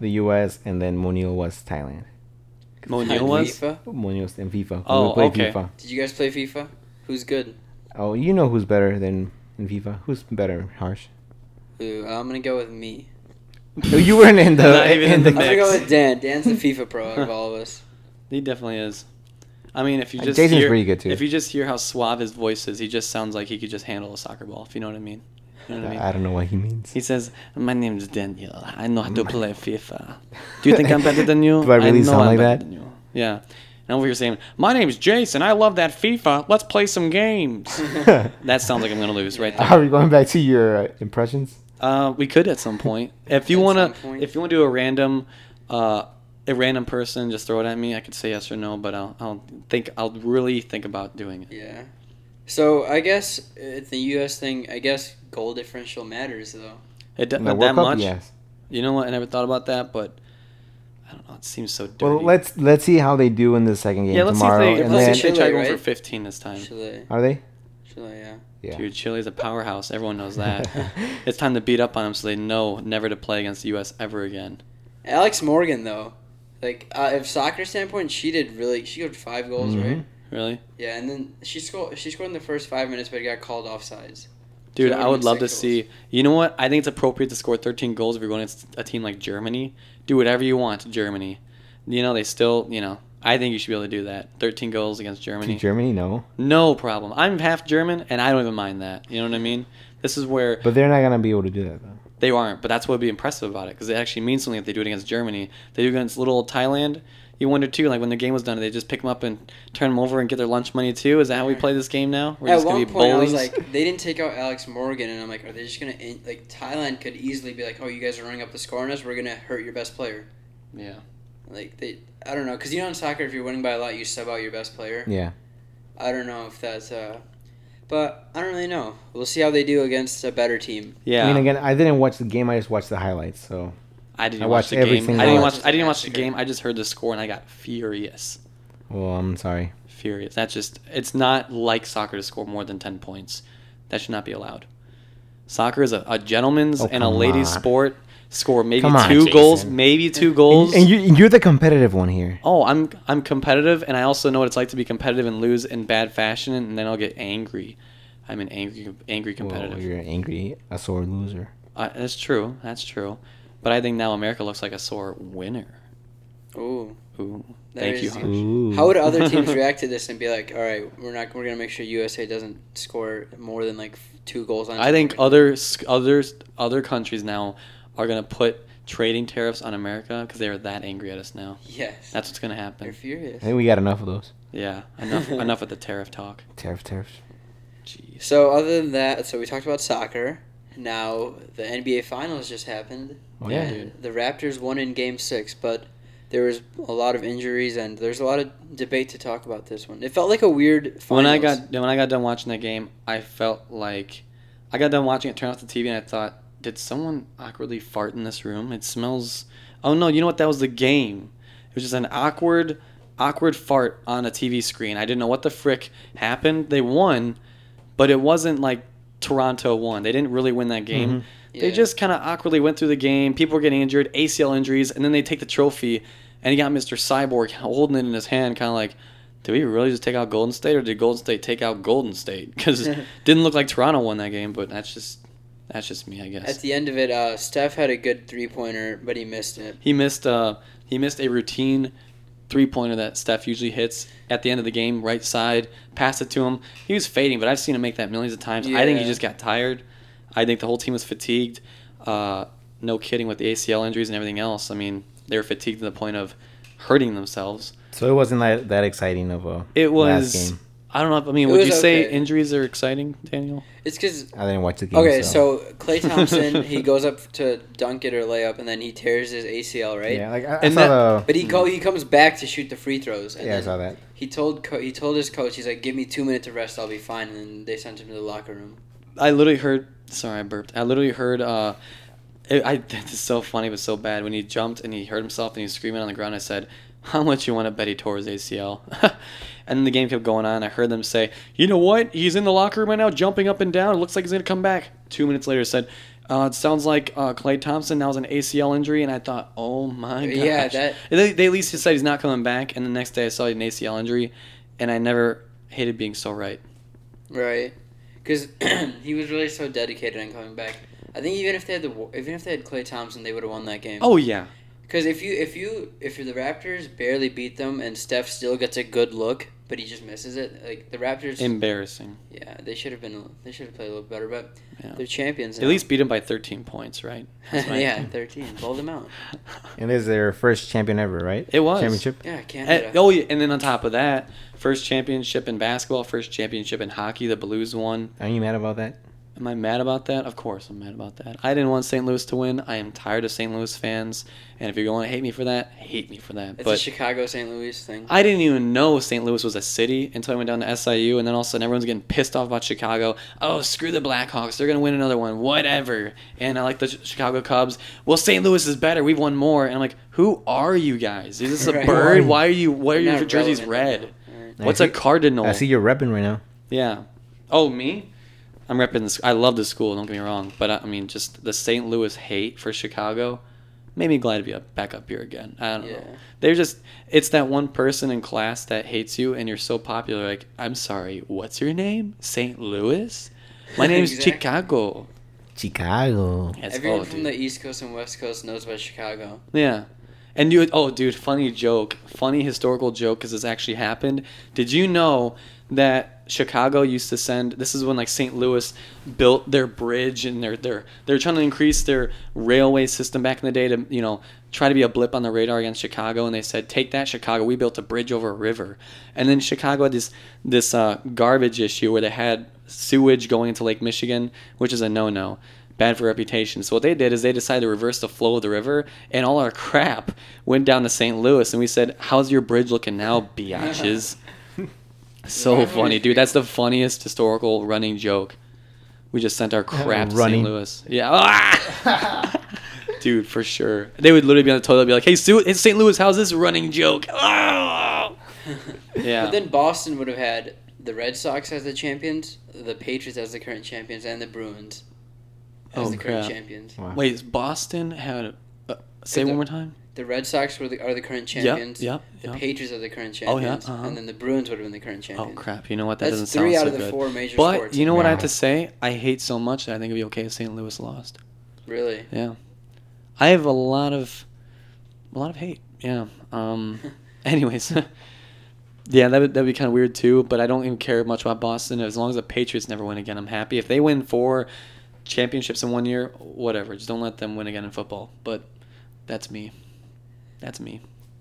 Speaker 1: the U.S. and then Munil was Thailand.
Speaker 2: Moniel
Speaker 3: On
Speaker 2: was.
Speaker 3: FIFA?
Speaker 1: Munil's in FIFA.
Speaker 2: Oh,
Speaker 1: we play
Speaker 2: okay.
Speaker 1: FIFA.
Speaker 3: Did you guys play FIFA? Who's good?
Speaker 1: Oh, you know who's better than in FIFA? Who's better, Harsh? Oh,
Speaker 3: Ooh, I'm gonna go with me.
Speaker 1: you weren't in the
Speaker 2: Not even in the
Speaker 3: I'm gonna go
Speaker 2: Next.
Speaker 3: with Dan. Dan's the FIFA pro out of all of us.
Speaker 2: He definitely is. I mean, if you
Speaker 1: Uh,
Speaker 2: just
Speaker 1: Jason's
Speaker 2: hear,
Speaker 1: pretty good, too.
Speaker 2: If you just hear how suave his voice is, he just sounds like he could just handle a soccer ball. If you know what I mean. You know what I mean?
Speaker 1: Uh, I don't know what he means.
Speaker 2: He says, "My name's Daniel. I know how to play FIFA. Do you think I'm better than you?
Speaker 1: Mm. Do I really
Speaker 2: know
Speaker 1: sound like
Speaker 2: better
Speaker 1: that?
Speaker 2: than you." Yeah. And over here saying, "My name's Jason. I love that FIFA. Let's play some games." that sounds like I'm gonna lose right there.
Speaker 1: Are we going back to your uh, impressions?
Speaker 2: Uh, we could at some point. If you
Speaker 3: At
Speaker 2: wanna,
Speaker 3: some point.
Speaker 2: if you wanna do a random, uh, a random person, just throw it at me. I could say yes or no, but I'll, I'll think. I'll really think about doing it.
Speaker 3: Yeah. So I guess uh, the U.S. thing. I guess goal differential matters though.
Speaker 2: It
Speaker 1: In
Speaker 2: doesn't
Speaker 1: the
Speaker 2: Uh, that
Speaker 1: World Cup,
Speaker 2: much.
Speaker 1: yes.
Speaker 2: You know what? I never thought about that, but I don't know. It seems so dirty.
Speaker 1: Well, let's let's see how they do in the second game
Speaker 2: yeah, let's
Speaker 1: tomorrow.
Speaker 2: see if they.
Speaker 1: and
Speaker 2: let's
Speaker 1: then,
Speaker 2: see if they try
Speaker 3: Chile,
Speaker 2: going for
Speaker 3: right?
Speaker 2: 15 this time.
Speaker 3: Chile.
Speaker 1: are they?
Speaker 3: Chile. Yeah.
Speaker 1: Yeah.
Speaker 2: Dude, Chile's a powerhouse. Everyone knows that. it's time to beat up on them so they know never to play against the U.S. ever again.
Speaker 3: Alex Morgan though, like uh, if soccer standpoint, she did really. She got five goals,
Speaker 2: Mm-hmm.
Speaker 1: Mhm.
Speaker 3: right?
Speaker 2: Really,
Speaker 3: Yeah, and then she scored. She scored in the first five minutes, but it got called offsides.
Speaker 2: dude,
Speaker 3: Chile
Speaker 2: I would
Speaker 3: needs
Speaker 2: love to
Speaker 3: six goals.
Speaker 2: see. You know what? I think it's appropriate to score 13 goals if you're going against a team like Germany. Do whatever you want, to Germany. You know they still. You know, I think you should be able to do that. 13 goals against
Speaker 1: To
Speaker 2: Germany,
Speaker 1: Germany, no.
Speaker 2: no problem. I'm half German, and I don't even mind that. You know what I mean? This is where
Speaker 1: But they're not gonna be able to do that though.
Speaker 2: They aren't, but that's what would be impressive about it because it actually means something if they do it against Germany. They do it against little old Thailand. You wonder too, like when the game was done, they just pick them up and turn them over and get their lunch money too. Is that how we play this game now? We're
Speaker 3: At
Speaker 2: just
Speaker 3: one
Speaker 2: gonna
Speaker 3: point,
Speaker 2: be
Speaker 3: I was
Speaker 2: bullies?
Speaker 3: like, they didn't take out Alex Morgan, and I'm like, are they just gonna in- like Thailand could easily be like, oh, you guys are running up the score on us, we're gonna hurt your best player.
Speaker 2: yeah,
Speaker 3: Like they, I don't know, because you know in soccer, if you're winning by a lot, you sub out your best player.
Speaker 1: Yeah.
Speaker 3: I don't know if that's, uh, but I don't really know. We'll see how they do against a better team.
Speaker 2: yeah.
Speaker 1: I
Speaker 2: I,
Speaker 1: mean, again, I didn't watch the game. I just watched the highlights. So
Speaker 2: didn't
Speaker 1: I
Speaker 2: watch
Speaker 1: watched
Speaker 2: the
Speaker 1: every
Speaker 2: game.
Speaker 1: single
Speaker 2: I didn't
Speaker 1: one.
Speaker 2: watch. I didn't watch the
Speaker 3: Massacre.
Speaker 2: game. I just heard the score and I got furious,
Speaker 1: well, I'm sorry.
Speaker 2: furious. That's just. It's not like soccer to score more than ten points. That should not be allowed. Soccer is a, a gentleman's
Speaker 1: Oh,
Speaker 2: and a
Speaker 1: come
Speaker 2: ladies'
Speaker 1: on.
Speaker 2: sport. Score maybe
Speaker 1: Come on,
Speaker 2: two goals,
Speaker 1: Jason.
Speaker 2: maybe two goals.
Speaker 1: And you, you're the competitive one here.
Speaker 2: oh i'm i'm competitive and i also know what it's like to be competitive and lose in bad fashion and then i'll get angry i'm an angry angry competitive
Speaker 1: Well, you're angry, a sore loser.
Speaker 2: I- that's true that's true but i think now america looks like a sore winner
Speaker 3: Ooh,
Speaker 2: Ooh,
Speaker 3: That
Speaker 2: thank
Speaker 3: is
Speaker 2: you
Speaker 3: the-
Speaker 2: Hans.
Speaker 1: Ooh.
Speaker 3: how would other teams react to this and be like, all right, we're not, we're gonna make sure USA doesn't score more than like two goals on.
Speaker 2: i think
Speaker 3: scoring."
Speaker 2: other s- other other countries now are going to put trading tariffs on America because they are that angry at us now.
Speaker 3: Yes.
Speaker 2: That's what's gonna
Speaker 3: They're
Speaker 2: happen.
Speaker 1: I
Speaker 3: furious.
Speaker 1: think we got enough of those.
Speaker 2: Yeah, enough enough of the tariff talk.
Speaker 1: Tariff, tariffs.
Speaker 2: Jeez.
Speaker 3: So other than that, so we talked about soccer. Now the NBA Finals just happened.
Speaker 1: Oh,
Speaker 2: Yeah,
Speaker 1: yeah.
Speaker 2: dude.
Speaker 3: The Raptors won in Game Six, but there was a lot of injuries and there's a lot of debate to talk about this one. It felt like a weird. Finals.
Speaker 2: When I got when I got done watching that game, I felt like I got done watching it, turned off the TV, and I thought, did someone awkwardly fart in this room? It smells. Oh no! You know what? That was the game. It was just an awkward, awkward fart on a TV screen. I didn't know what the frick happened. They won, but it wasn't like Toronto won. They didn't really win that game. They
Speaker 3: Yeah.
Speaker 2: just kind of awkwardly went through the game. People were getting injured, ACL injuries, and then they take the trophy, and he got Mr. Cyborg holding it in his hand, kind of like, did we really just take out Golden State, or did Golden State take out Golden State? Because it didn't look like Toronto won that game, but that's just that's just me, I guess.
Speaker 3: At the end of it, uh, Steph had a good three pointer, but he missed it.
Speaker 2: He missed uh he missed a routine three pointer that Steph usually hits at the end of the game, right side, pass it to him. He was fading, but I've seen him make that millions of times. I think he
Speaker 3: Yeah.
Speaker 2: just got tired. I think the whole team was fatigued. Uh, no kidding with the ACL injuries and everything else. I mean, they were fatigued to the point of hurting themselves.
Speaker 1: So it wasn't that, that exciting of a
Speaker 2: It
Speaker 1: last
Speaker 2: was
Speaker 1: game.
Speaker 2: I don't know. if- I mean,
Speaker 3: It
Speaker 2: would
Speaker 3: was
Speaker 2: you say
Speaker 3: okay.
Speaker 2: injuries are exciting, Daniel?
Speaker 3: It's because
Speaker 1: I didn't watch the game.
Speaker 3: okay, so Clay Thompson he goes up to dunk it or layup, and then he tears his ACL, right?
Speaker 1: yeah, like I, I
Speaker 2: And
Speaker 1: saw
Speaker 2: that-
Speaker 1: the
Speaker 3: But he go he comes back to shoot the free throws. And
Speaker 1: yeah, I
Speaker 3: then
Speaker 1: saw that.
Speaker 3: He told co- he told his coach he's like, give me two minutes of rest, I'll be fine. And then they sent him to the locker room.
Speaker 2: I literally heard. Sorry, I burped. I literally heard. Uh, it, I this is so funny, but so bad. When he jumped and he hurt himself and he was screaming on the ground, I said, "How much you want to bet he tore his ACL?" and the game kept going on. I heard them say, "You know what? He's in the locker room right now, jumping up and down. It looks like he's gonna come back." Two minutes later, said. Uh, it sounds like uh, Clay Thompson now has an ACL injury, and I thought, oh my gosh.
Speaker 3: Yeah, that-
Speaker 2: They, they at least said he's not coming back, and the next day I saw he had an ACL injury, and I never hated being so right.
Speaker 3: Right. Because he was really so dedicated on coming back. I think even if they had the wa- even if they had Clay Thompson, they would have won that game.
Speaker 2: Oh, yeah.
Speaker 3: Because if you if you if the Raptors barely beat them and Steph still gets a good look, but he just misses it, like the Raptors,
Speaker 2: Embarrassing.
Speaker 3: yeah, they should have been a- they should have played a little better, but
Speaker 2: Yeah.
Speaker 3: they're champions.
Speaker 2: At least beat him by 13 points, right? That's what I
Speaker 3: yeah,
Speaker 2: think.
Speaker 3: thirteen, blow them out.
Speaker 1: And this is their first champion ever, right?
Speaker 2: It was.
Speaker 1: Championship.
Speaker 3: Yeah,
Speaker 2: And-
Speaker 3: Canada.
Speaker 2: oh, yeah. And then on top of that, first championship in basketball, first championship in hockey, the Blues won.
Speaker 1: Are you mad about that?
Speaker 2: Am I mad about that? Of course I'm mad about that. I didn't want St. Louis to win. I am tired of St. Louis fans. And if you're going to hate me for that, hate me for that.
Speaker 3: It's a
Speaker 2: but
Speaker 3: Chicago St. Louis thing.
Speaker 2: I didn't even know St. Louis was a city until I went down to SIU, and then all of a sudden everyone's getting pissed off about Chicago. Oh, screw the Blackhawks. They're going to win another one. Whatever. And I like the Ch- Chicago Cubs. Well, St. Louis is better. We've won more. And I'm like, who are you guys? Is this a
Speaker 3: Right.
Speaker 2: bird? Why are you, why are
Speaker 3: They're
Speaker 2: your
Speaker 3: not
Speaker 2: jerseys
Speaker 3: relevant
Speaker 2: red?
Speaker 3: right now. Alright.
Speaker 1: I
Speaker 2: What's
Speaker 1: see-
Speaker 2: a cardinal?
Speaker 1: I see you're repping right now.
Speaker 2: Yeah. Oh, me? I'm repping this. I love the school, don't get me wrong. But I, I mean, just the St. Louis hate for Chicago made me glad to be up, back up here again. I don't know.
Speaker 3: Yeah.
Speaker 2: They're just, it's that one person in class that hates you and you're so popular. Like, I'm sorry, what's your name? St. Louis? My name's
Speaker 3: Exactly.
Speaker 2: Chicago.
Speaker 1: Chicago.
Speaker 2: That's
Speaker 3: Everyone
Speaker 2: all,
Speaker 3: from
Speaker 2: dude.
Speaker 3: the East Coast and West Coast knows about Chicago.
Speaker 2: Yeah. And you, oh, dude, funny joke, funny historical joke, because this actually happened. Did you know that Chicago used to send? This is when like St. Louis built their bridge and their their they're trying to increase their railway system back in the day to you know try to be a blip on the radar against Chicago. And they said, take that, Chicago. We built a bridge over a river. And then Chicago had this this uh, garbage issue where they had sewage going into Lake Michigan, which is a no no bad for reputation. So what they did is they decided to reverse the flow of the river, and all our crap went down to St. Louis, and we said, "How's your bridge looking now, biatches?" so funny, dude. That's the funniest historical running joke. We just sent our crap to St.
Speaker 1: Running.
Speaker 2: Louis. Yeah. Ah! Dude, for sure. They would literally be on the toilet and be like, hey, Sue, it's St. Louis, how's this running joke? Ah! Yeah.
Speaker 3: But then Boston would have had the Red Sox as the champions, the Patriots as the current champions, and the Bruins as
Speaker 2: Oh,
Speaker 3: the current
Speaker 2: crap.
Speaker 3: champions.
Speaker 1: Wow.
Speaker 2: Wait, is Boston had. Uh, say it
Speaker 3: the-
Speaker 2: one more time?
Speaker 3: The Red Sox were the, are the current champions.
Speaker 2: yep,
Speaker 3: The
Speaker 2: yep.
Speaker 3: Patriots are the current
Speaker 2: Oh, yeah,
Speaker 3: champions,
Speaker 2: uh-huh.
Speaker 3: and then the Bruins would have been the current
Speaker 2: Oh,
Speaker 3: champions.
Speaker 2: crap. You know what? That
Speaker 3: That's
Speaker 2: doesn't sound
Speaker 3: three out
Speaker 2: so
Speaker 3: of the
Speaker 2: good.
Speaker 3: four major
Speaker 2: But
Speaker 3: sports.
Speaker 2: you know what I have
Speaker 1: Yeah.
Speaker 2: to say? I hate so much that I think it'd be okay if St. Louis lost.
Speaker 3: really?
Speaker 2: Yeah, I have a lot of, a lot of hate. Yeah. Um. anyways, yeah, that would that'd be kind of weird too. But I don't even care much about Boston. As long as the Patriots never win again, I'm happy. If they win four championships in one year, whatever. Just don't let them win again in football. But That's me. That's me.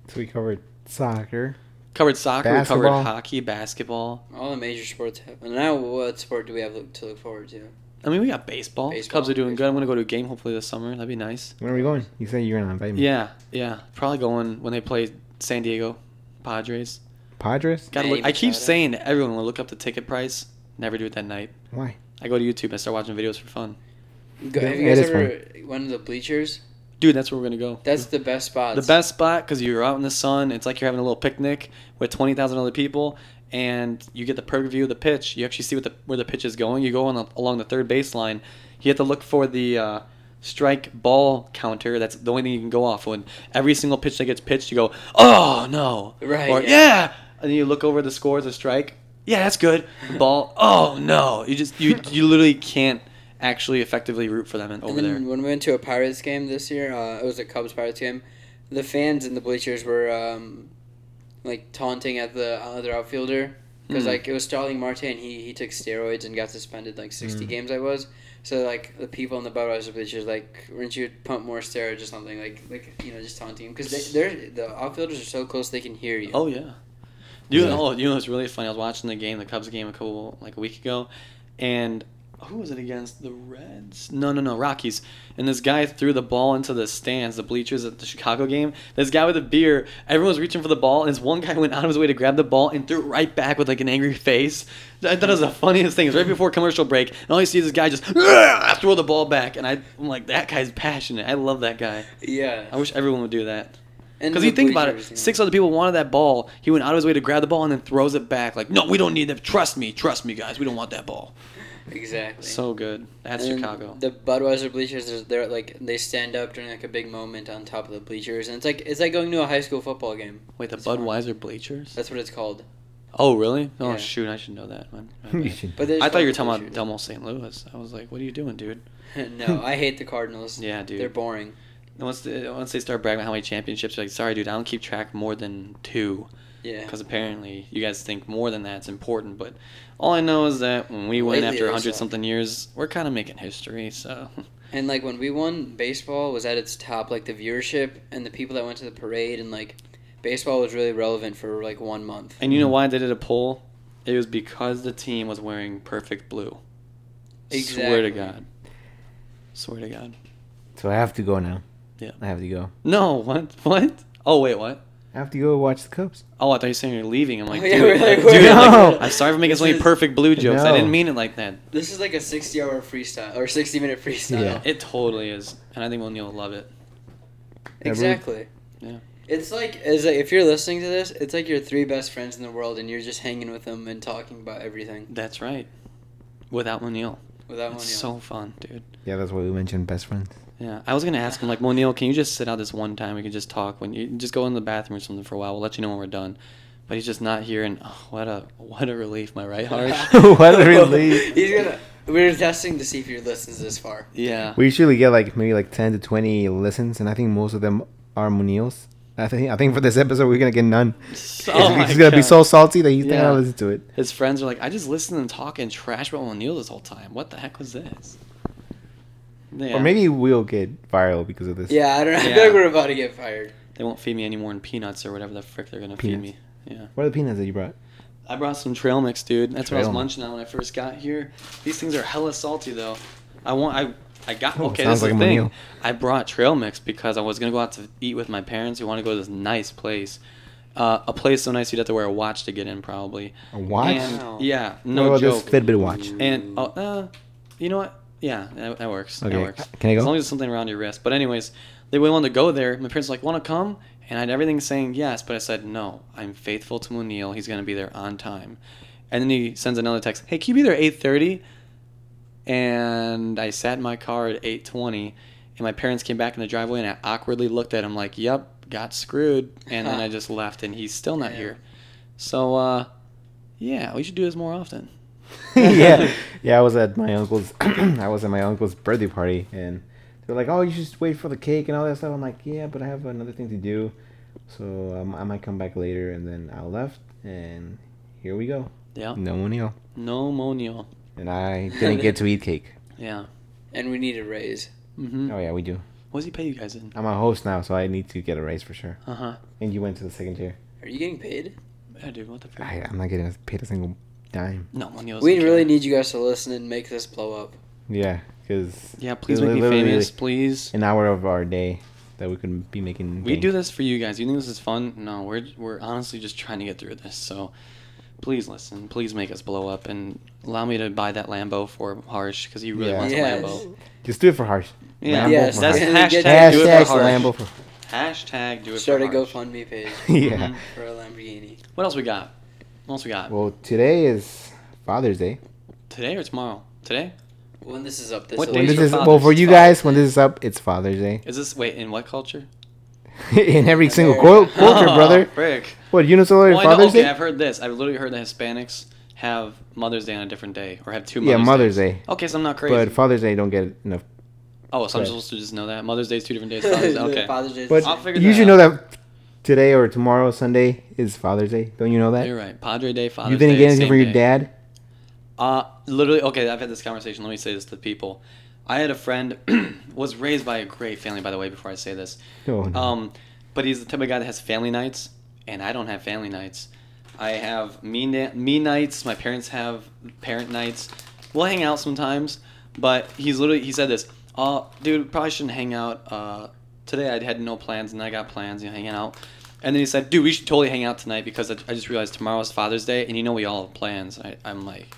Speaker 1: So we covered soccer.
Speaker 2: Covered soccer, we
Speaker 1: Basketball.
Speaker 2: covered hockey, basketball.
Speaker 3: All the major sports have. And now, what sport do we have look, to look forward to?
Speaker 2: I mean, we got baseball.
Speaker 3: Baseball,
Speaker 2: Cubs are doing good. I'm gonna go to a game hopefully this summer. That'd be nice.
Speaker 1: Where are we going? You said you're gonna invite me.
Speaker 2: Yeah, yeah. Probably going when they play San Diego Padres.
Speaker 1: Padres?
Speaker 2: Gotta
Speaker 3: Manny
Speaker 2: look, I keep
Speaker 3: Machado.
Speaker 2: saying to everyone will look up the ticket price. Never do it that night.
Speaker 1: Why?
Speaker 2: I go to YouTube. I start watching videos for fun.
Speaker 3: Go,
Speaker 1: Yeah,
Speaker 3: have
Speaker 1: it
Speaker 3: you guys
Speaker 1: is
Speaker 3: ever went to the bleachers?
Speaker 2: Dude, that's where we're gonna go.
Speaker 3: That's the best spot.
Speaker 2: Mm. The best spot because you're out in the sun. It's like you're having a little picnic with twenty thousand other people, and you get the perfect view of the pitch. You actually see what the where the pitch is going. You go on the, along the third baseline. You have to look for the uh, strike ball counter. That's the only thing you can go off. When every single pitch that gets pitched, you go, oh no,
Speaker 3: Right,
Speaker 2: or
Speaker 3: yeah.
Speaker 2: yeah. and then you look over the scores of strike. Yeah, that's good. The ball. Oh no, you just you you literally can't actually effectively root for them and over
Speaker 3: and
Speaker 2: there.
Speaker 3: then When we went to a Pirates game this year, uh, it was a Cubs Pirates game. The fans in the bleachers were um, like taunting at the other outfielder because
Speaker 2: Mm.
Speaker 3: like it was Starling Marte and he he took steroids and got suspended like sixty
Speaker 2: Hmm.
Speaker 3: games. I was so like the people in the Budweiser bleachers like weren't you pump more steroids or something like like you know just taunting him because they, they're the outfielders are so close they can hear you.
Speaker 2: Oh yeah. You
Speaker 1: Yeah.
Speaker 2: know, oh, you know it's really funny. I was watching the game, the Cubs game, a couple like a week ago, and who was it against? The Reds? No, no, no, Rockies. And this guy threw the ball into the stands, the bleachers at the Chicago game. This guy with a beer, everyone was reaching for the ball, and this one guy went out of his way to grab the ball and threw it right back with like an angry face. I thought it was the funniest thing. It was right before commercial break, and all you see is this guy just "Ugh," throw the ball back, and I, I'm like, that guy's passionate. I love that guy.
Speaker 3: Yeah,
Speaker 2: I wish everyone would do that.
Speaker 3: And
Speaker 2: Because
Speaker 3: the
Speaker 2: you think about it,
Speaker 3: bleachers, you know.
Speaker 2: six other people wanted that ball. He went out of his way to grab the ball and then throws it back. Like, no, we don't need that. Trust me, trust me, guys. We don't want that ball.
Speaker 3: exactly.
Speaker 2: So good. That's
Speaker 3: And
Speaker 2: Chicago.
Speaker 3: The Budweiser bleachers, there's- they're like they stand up during like a big moment on top of the bleachers, and it's like it's like going to a high school football game.
Speaker 2: Wait, the
Speaker 3: That's fine.
Speaker 2: Budweiser bleachers?
Speaker 3: That's what it's called.
Speaker 2: Oh, really? Oh,
Speaker 3: Yeah.
Speaker 2: shoot, I should know that. My- my
Speaker 1: You
Speaker 2: bad.
Speaker 1: should-
Speaker 3: But there's
Speaker 2: I thought you were talking
Speaker 3: fucking
Speaker 2: about Delmo St. Louis. I was like, what are you doing, dude?
Speaker 3: bleachers. no, I hate the Cardinals.
Speaker 2: Yeah, dude.
Speaker 3: They're boring.
Speaker 2: And Once they, once they start bragging about how many championships, you're like, sorry, dude, I don't keep track more than two.
Speaker 3: Yeah.
Speaker 2: Because apparently you guys think more than that's important. But all I know is that when we win
Speaker 3: Lately
Speaker 2: after
Speaker 3: they
Speaker 2: 100
Speaker 3: suck.
Speaker 2: something years, we're kind of making history, so.
Speaker 3: And like when we won, baseball was at its top. Like the viewership and the people that went to the parade and like baseball was really relevant for like one month.
Speaker 2: And you know why they did a poll? It was because the team was wearing perfect blue. Swear to
Speaker 3: Exactly.
Speaker 2: God. Swear to God.
Speaker 1: So I have to go now.
Speaker 2: Yeah.
Speaker 1: I have to go.
Speaker 2: No, what? What? Oh, wait, what?
Speaker 1: I have to go watch the Cubs.
Speaker 2: Oh, I thought you were saying you're leaving. I'm like,
Speaker 3: Yeah,
Speaker 2: dude,
Speaker 3: we're like,
Speaker 2: dude,
Speaker 3: we're-
Speaker 1: No.
Speaker 2: I'm sorry for making so
Speaker 3: This
Speaker 2: many
Speaker 3: is-
Speaker 2: perfect blue jokes.
Speaker 1: No.
Speaker 2: I didn't mean it like that.
Speaker 3: This is like a sixty-hour freestyle or sixty-minute freestyle.
Speaker 1: Yeah.
Speaker 2: It totally is. And I think O'Neill will love it.
Speaker 1: Yeah, but-
Speaker 3: Exactly.
Speaker 2: Yeah.
Speaker 3: It's like is like if you're listening to this, it's like your three best friends in the world, and you're just hanging with them and talking about everything
Speaker 2: That's right. Without O'Neill.
Speaker 3: without one.
Speaker 2: It's so fun, dude.
Speaker 1: Yeah, that's why we mentioned best friends.
Speaker 2: Yeah, I was gonna ask him like, Monil, can you just sit out this one time? We can just talk when you just go in the bathroom or something for a while. We'll let you know when we're done. But he's just not here, and oh, what a what a relief, my right heart.
Speaker 1: What a relief.
Speaker 3: He's gonna. We're testing to see if he listens this far.
Speaker 2: yeah,
Speaker 1: We usually get like maybe like ten to twenty listens, and I think most of them are Munils. I think I think for this episode we're gonna get none. it's
Speaker 2: So- oh my
Speaker 1: it's gonna be
Speaker 2: God.
Speaker 1: so salty that you think
Speaker 2: Yeah.
Speaker 1: I'll listen to it.
Speaker 2: His friends are like, I just listened to them talk and trash about O'Neill this whole time. What the heck was this? Yeah,
Speaker 1: Or maybe we'll get viral because of this.
Speaker 3: Yeah, I don't know. I feel
Speaker 2: Yeah.
Speaker 3: like we're about to get fired.
Speaker 2: they won't feed me any more in peanuts or whatever the frick they're gonna
Speaker 1: Peanuts.
Speaker 2: feed me. Yeah,
Speaker 1: What are the peanuts that you brought?
Speaker 2: I brought some trail mix, dude. That's what
Speaker 1: Trail
Speaker 2: I was
Speaker 1: mix.
Speaker 2: munching on when I first got here. These things are hella salty though. I want I. I got
Speaker 1: Oh,
Speaker 2: okay.
Speaker 1: sounds
Speaker 2: This
Speaker 1: like
Speaker 2: is the
Speaker 1: a
Speaker 2: thing.
Speaker 1: O'Neill.
Speaker 2: I brought trail mix because I was gonna go out to eat with my parents. who want to go to this nice place, uh, a place so nice you'd have to wear a watch to get in, probably.
Speaker 1: A watch?
Speaker 2: And-
Speaker 3: Wow.
Speaker 2: yeah,
Speaker 1: What
Speaker 2: no
Speaker 1: about
Speaker 2: joke.
Speaker 1: This Fitbit watch.
Speaker 2: And oh, uh, you know what? Yeah, that, that works.
Speaker 1: Okay,
Speaker 2: That works.
Speaker 1: can I go?
Speaker 2: As long as it's something around your wrist. But anyways, they we wanted to go there. My parents were like, want to come? And I had everything saying yes, but I said no. I'm faithful to Munil. He's gonna be there on time. And then he sends another text. Hey, can you be there eight thirty? And I sat in my car at eight twenty, and my parents came back in the driveway, and I awkwardly looked at him like, "Yep, got screwed." And then I just left, and he's still not
Speaker 3: Yeah.
Speaker 2: here. So, uh, yeah, we should do this more often.
Speaker 1: yeah, yeah. I was at my uncle's. I was at my uncle's birthday party, and they're like, "Oh, you should just wait for the cake and all that stuff." I'm like, "Yeah, but I have another thing to do, so um, I might come back later." And then I left, and here we go.
Speaker 2: Yeah.
Speaker 1: No one else.
Speaker 2: No Monio.
Speaker 1: And I didn't get to eat cake.
Speaker 2: Yeah.
Speaker 3: And we need a raise.
Speaker 2: Mm-hmm.
Speaker 1: Oh yeah, we do.
Speaker 2: What does he pay you guys in?
Speaker 1: I'm a host now, so I need to get a raise for sure.
Speaker 2: Uh huh.
Speaker 1: And you went to the second tier.
Speaker 3: Are you getting paid?
Speaker 2: Yeah, dude. What the fuck?
Speaker 1: I, I'm not getting paid a single dime.
Speaker 2: No, Munoz.
Speaker 3: we
Speaker 2: doesn't
Speaker 3: really
Speaker 2: care.
Speaker 3: need you guys to listen and make this blow up.
Speaker 1: Yeah, because
Speaker 2: Yeah, please make me famous, please.
Speaker 1: An hour of our day that we could be making.
Speaker 2: We
Speaker 1: bank.
Speaker 2: do this for you guys. You think this is fun? No, we're we're honestly just trying to get through this. So please listen. Please make us blow up and allow me to buy that Lambo for Harsh because he really
Speaker 1: Yeah.
Speaker 2: wants
Speaker 3: Yes.
Speaker 2: a Lambo.
Speaker 1: Just do it for harsh.
Speaker 2: Yeah,
Speaker 1: Lambo
Speaker 3: Yes,
Speaker 1: for
Speaker 2: that's
Speaker 1: Harsh.
Speaker 3: Harsh.
Speaker 2: hashtag, do it
Speaker 1: Hashtag
Speaker 2: for Harsh.
Speaker 1: Lambo for.
Speaker 2: Hashtag do it
Speaker 3: Start
Speaker 2: for
Speaker 3: a
Speaker 2: Harsh.
Speaker 3: GoFundMe page
Speaker 1: yeah.
Speaker 2: Mhm.
Speaker 3: for a Lamborghini.
Speaker 2: What else we got? What else we got?
Speaker 1: Well, today is Father's Day.
Speaker 2: Today or tomorrow? Today?
Speaker 3: When this is up, this
Speaker 2: What
Speaker 3: will
Speaker 2: day
Speaker 1: When
Speaker 2: Today's
Speaker 1: this
Speaker 2: your
Speaker 1: is well
Speaker 2: Father's
Speaker 1: for you
Speaker 2: Father's
Speaker 1: guys, when this is up, it's Father's Day
Speaker 2: Is this wait in what culture?
Speaker 1: in every single
Speaker 3: America.
Speaker 1: cul- culture,
Speaker 2: Oh,
Speaker 1: brother.
Speaker 2: Frick.
Speaker 1: What unisolar
Speaker 2: Well, I know-
Speaker 1: Oh, Father's
Speaker 2: okay,
Speaker 1: Day?
Speaker 2: I've heard this. I've literally heard that Hispanics have Mother's Day on a different day or have two Mother's
Speaker 1: Yeah, Mother's
Speaker 2: Days.
Speaker 1: Day.
Speaker 2: Okay, so I'm not crazy.
Speaker 1: But Father's Day don't get enough.
Speaker 2: oh, so I'm
Speaker 1: Right.
Speaker 2: supposed to just know that Mother's Day is two different days. Father's Day. Okay.
Speaker 3: Father's Day.
Speaker 1: But
Speaker 2: I'll figure
Speaker 1: you
Speaker 2: that
Speaker 1: should
Speaker 2: out.
Speaker 1: know that today or tomorrow, Sunday, is Father's Day. Don't you know that?
Speaker 2: You're right. Padre Day, Father's Day.
Speaker 1: you didn't get anything
Speaker 2: same
Speaker 1: for your
Speaker 2: day.
Speaker 1: dad.
Speaker 2: Uh, literally, okay, I've had this conversation. Let me say this to the people. I had a friend, was raised by a great family, by the way, before I say this.
Speaker 1: Oh, no.
Speaker 2: Um, but he's the type of guy that has family nights, and I don't have family nights. I have me na- me nights. My parents have parent nights. We'll hang out sometimes, but he's literally he said this. Oh, dude, probably shouldn't hang out. Uh, today I had no plans, and I got plans. You know, hanging out. And then he said, "Dude, we should totally hang out tonight because I, I just realized tomorrow's Father's Day, and you know we all have plans." I, I'm like,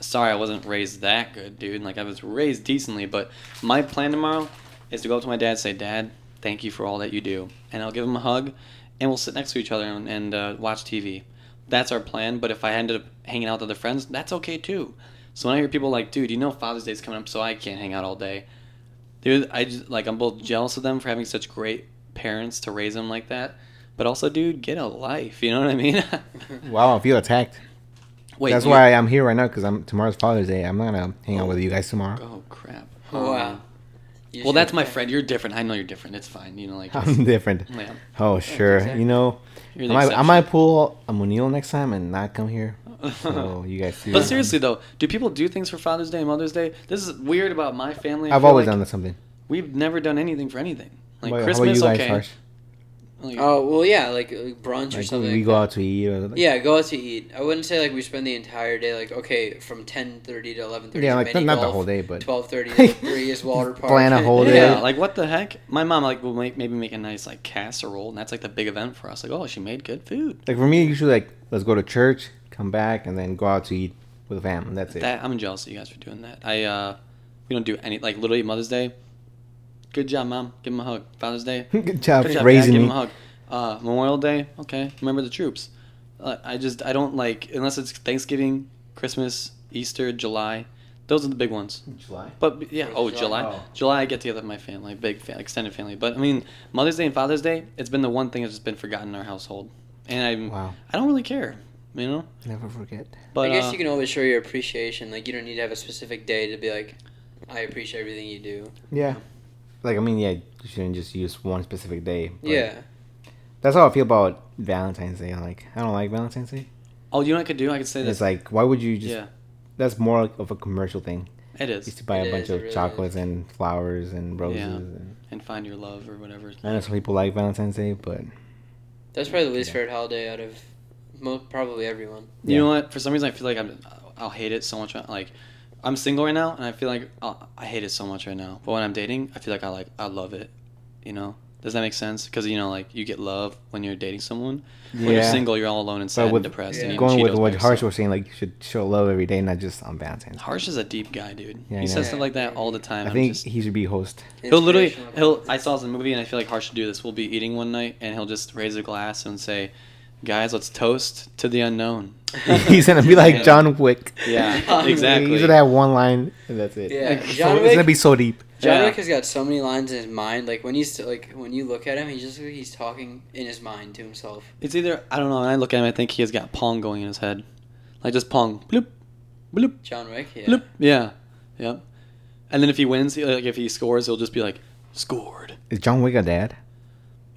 Speaker 2: sorry I wasn't raised that good, dude. Like I was raised decently, but my plan tomorrow is to go up to my dad and say, Dad, thank you for all that you do, and I'll give him a hug, and we'll sit next to each other and, and uh, watch TV. That's our plan. But if I ended up hanging out with other friends, that's okay too. So when I hear people like, dude, you know Father's Day's coming up, so I can't hang out all day. Dude, I just like I'm both jealous of them for having such great parents to raise them like that, but also, dude, get a life. You know what I mean?
Speaker 1: wow, I feel attacked.
Speaker 2: Wait,
Speaker 1: That's
Speaker 2: you-
Speaker 1: why I'm here right now because I'm tomorrow's Father's Day. I'm not gonna hang
Speaker 2: Oh.
Speaker 1: out with you guys tomorrow.
Speaker 2: Oh crap!
Speaker 3: wow. You
Speaker 2: Well,
Speaker 3: should-
Speaker 2: that's my friend. You're different. I know you're different. It's fine. You know, like it's-
Speaker 1: I'm different.
Speaker 2: yeah,
Speaker 1: Oh sure,
Speaker 3: exactly.
Speaker 1: you know,
Speaker 2: you're
Speaker 1: I
Speaker 2: the
Speaker 1: might, I
Speaker 2: exception.
Speaker 1: might pull a Munil next time and not come here. So you guys see.
Speaker 2: but seriously though, do people do things for Father's Day and Mother's Day? This is weird about my family. I
Speaker 1: I've
Speaker 2: feel
Speaker 1: always
Speaker 2: like
Speaker 1: done something.
Speaker 2: We've never done anything for anything. Like
Speaker 1: How about- how about
Speaker 2: Christmas,
Speaker 1: you guys,
Speaker 2: okay.
Speaker 1: Harsh?
Speaker 2: Like,
Speaker 3: Oh well, yeah, like uh, brunch or
Speaker 1: Like,
Speaker 3: something.
Speaker 1: we
Speaker 3: like
Speaker 1: go
Speaker 3: that.
Speaker 1: out to eat. Or, like,
Speaker 3: Yeah, go out to eat. I wouldn't say like we spend the entire day like okay from ten thirty to eleven thirty.
Speaker 1: yeah, like not, not the whole day, but
Speaker 3: Twelve thirty to three is Water Park.
Speaker 1: Plan a whole
Speaker 2: yeah,
Speaker 1: day.
Speaker 2: like what the heck? My mom like will make maybe make a nice like casserole, and that's like the big event for us. Like, oh, she made good food.
Speaker 1: like for me, usually like let's go to church, come back, and then go out to eat with the fam. and That's it.
Speaker 2: That I'm jealous of you guys for doing that. I uh, we don't do any like literally Mother's Day. Good job, mom. Give him a hug. Father's Day.
Speaker 1: Good job
Speaker 2: Good job, Dad.
Speaker 1: raising
Speaker 2: Give him
Speaker 1: me.
Speaker 2: a hug. Uh, Memorial Day, okay. Remember the troops. Uh, I just I don't like unless it's Thanksgiving, Christmas, Easter, July. Those are the big ones.
Speaker 1: July.
Speaker 2: But but, yeah,
Speaker 3: Fourth
Speaker 2: oh
Speaker 3: of
Speaker 2: July,
Speaker 3: July.
Speaker 2: July,
Speaker 1: Oh.
Speaker 2: I get together with my family, big fa- extended family. But I mean, Mother's Day and Father's Day, it's been the one thing that's just been forgotten in our household, and I am
Speaker 1: Wow,
Speaker 2: I don't really care, you know.
Speaker 1: never forget.
Speaker 2: But
Speaker 3: I guess
Speaker 2: uh,
Speaker 3: you can always show your appreciation. Like you don't need to have a specific day to be like, I appreciate everything you do.
Speaker 1: Yeah. Like I mean, yeah, you shouldn't just use one specific day. but
Speaker 3: yeah.
Speaker 1: That's how I feel about Valentine's Day. Like I don't like Valentine's Day.
Speaker 2: oh, you know what I could do? I could say
Speaker 1: It's
Speaker 2: this.
Speaker 1: like why would you just?
Speaker 2: yeah,
Speaker 1: That's more like of a commercial thing.
Speaker 2: it
Speaker 1: You used
Speaker 2: is,
Speaker 1: to buy
Speaker 3: It
Speaker 1: a bunch
Speaker 3: is, it
Speaker 1: of
Speaker 3: really
Speaker 1: chocolates and flowers and roses.
Speaker 2: Yeah.
Speaker 1: And
Speaker 2: and find your love or whatever.
Speaker 1: I know some people like Valentine's Day, but
Speaker 3: That's probably the least
Speaker 1: Yeah.
Speaker 3: favorite holiday out of mo- probably everyone.
Speaker 2: You
Speaker 1: Yeah.
Speaker 2: know what? For some reason, I feel like I'm, I'll hate it so much. uh, Like, I'm single right now, and I feel like I'll, I hate it so much right now. But when I'm dating, I feel like I like I love it. You know? Does that make sense? Because you know, like you get love when you're dating someone. When you're single, you're all alone and sad
Speaker 1: with-
Speaker 2: and depressed.
Speaker 3: yeah.
Speaker 2: And eating
Speaker 1: going with
Speaker 2: Cheetos by
Speaker 1: what
Speaker 2: yourself.
Speaker 1: Harsh was saying, like you should show love every day, not just on Valentine's.
Speaker 2: Harsh is a deep guy, dude.
Speaker 1: Yeah, I
Speaker 2: he
Speaker 1: know.
Speaker 2: says stuff like that all the time.
Speaker 1: I
Speaker 2: I'm
Speaker 1: think
Speaker 2: just-
Speaker 1: he should be host.
Speaker 2: He'll literally
Speaker 3: Inspirational
Speaker 2: he'll I
Speaker 3: content.
Speaker 2: saw this in a movie and I feel like Harsh should do this. We'll be eating one night and he'll just raise a glass and say, Guys, let's toast to the unknown.
Speaker 1: He's gonna be like
Speaker 2: Yeah.
Speaker 1: John Wick.
Speaker 2: Yeah,
Speaker 1: He
Speaker 2: exactly.
Speaker 1: should have one line, and that's it.
Speaker 3: Yeah.
Speaker 1: So-
Speaker 3: John
Speaker 1: it's
Speaker 3: Wick-
Speaker 1: gonna be so deep.
Speaker 3: John
Speaker 2: Yeah.
Speaker 3: Wick has got so many lines in his mind. Like when he's like when you look at him, he's just he's talking in his mind to himself.
Speaker 2: It's either I don't know. When I look at him, I think he has got pong going in his head, like just pong, bloop, bloop,
Speaker 3: John Wick, yeah.
Speaker 2: bloop. Yeah, yep. And then if he wins, he, like if he scores, he'll just be like, scored.
Speaker 1: Is John Wick a dad?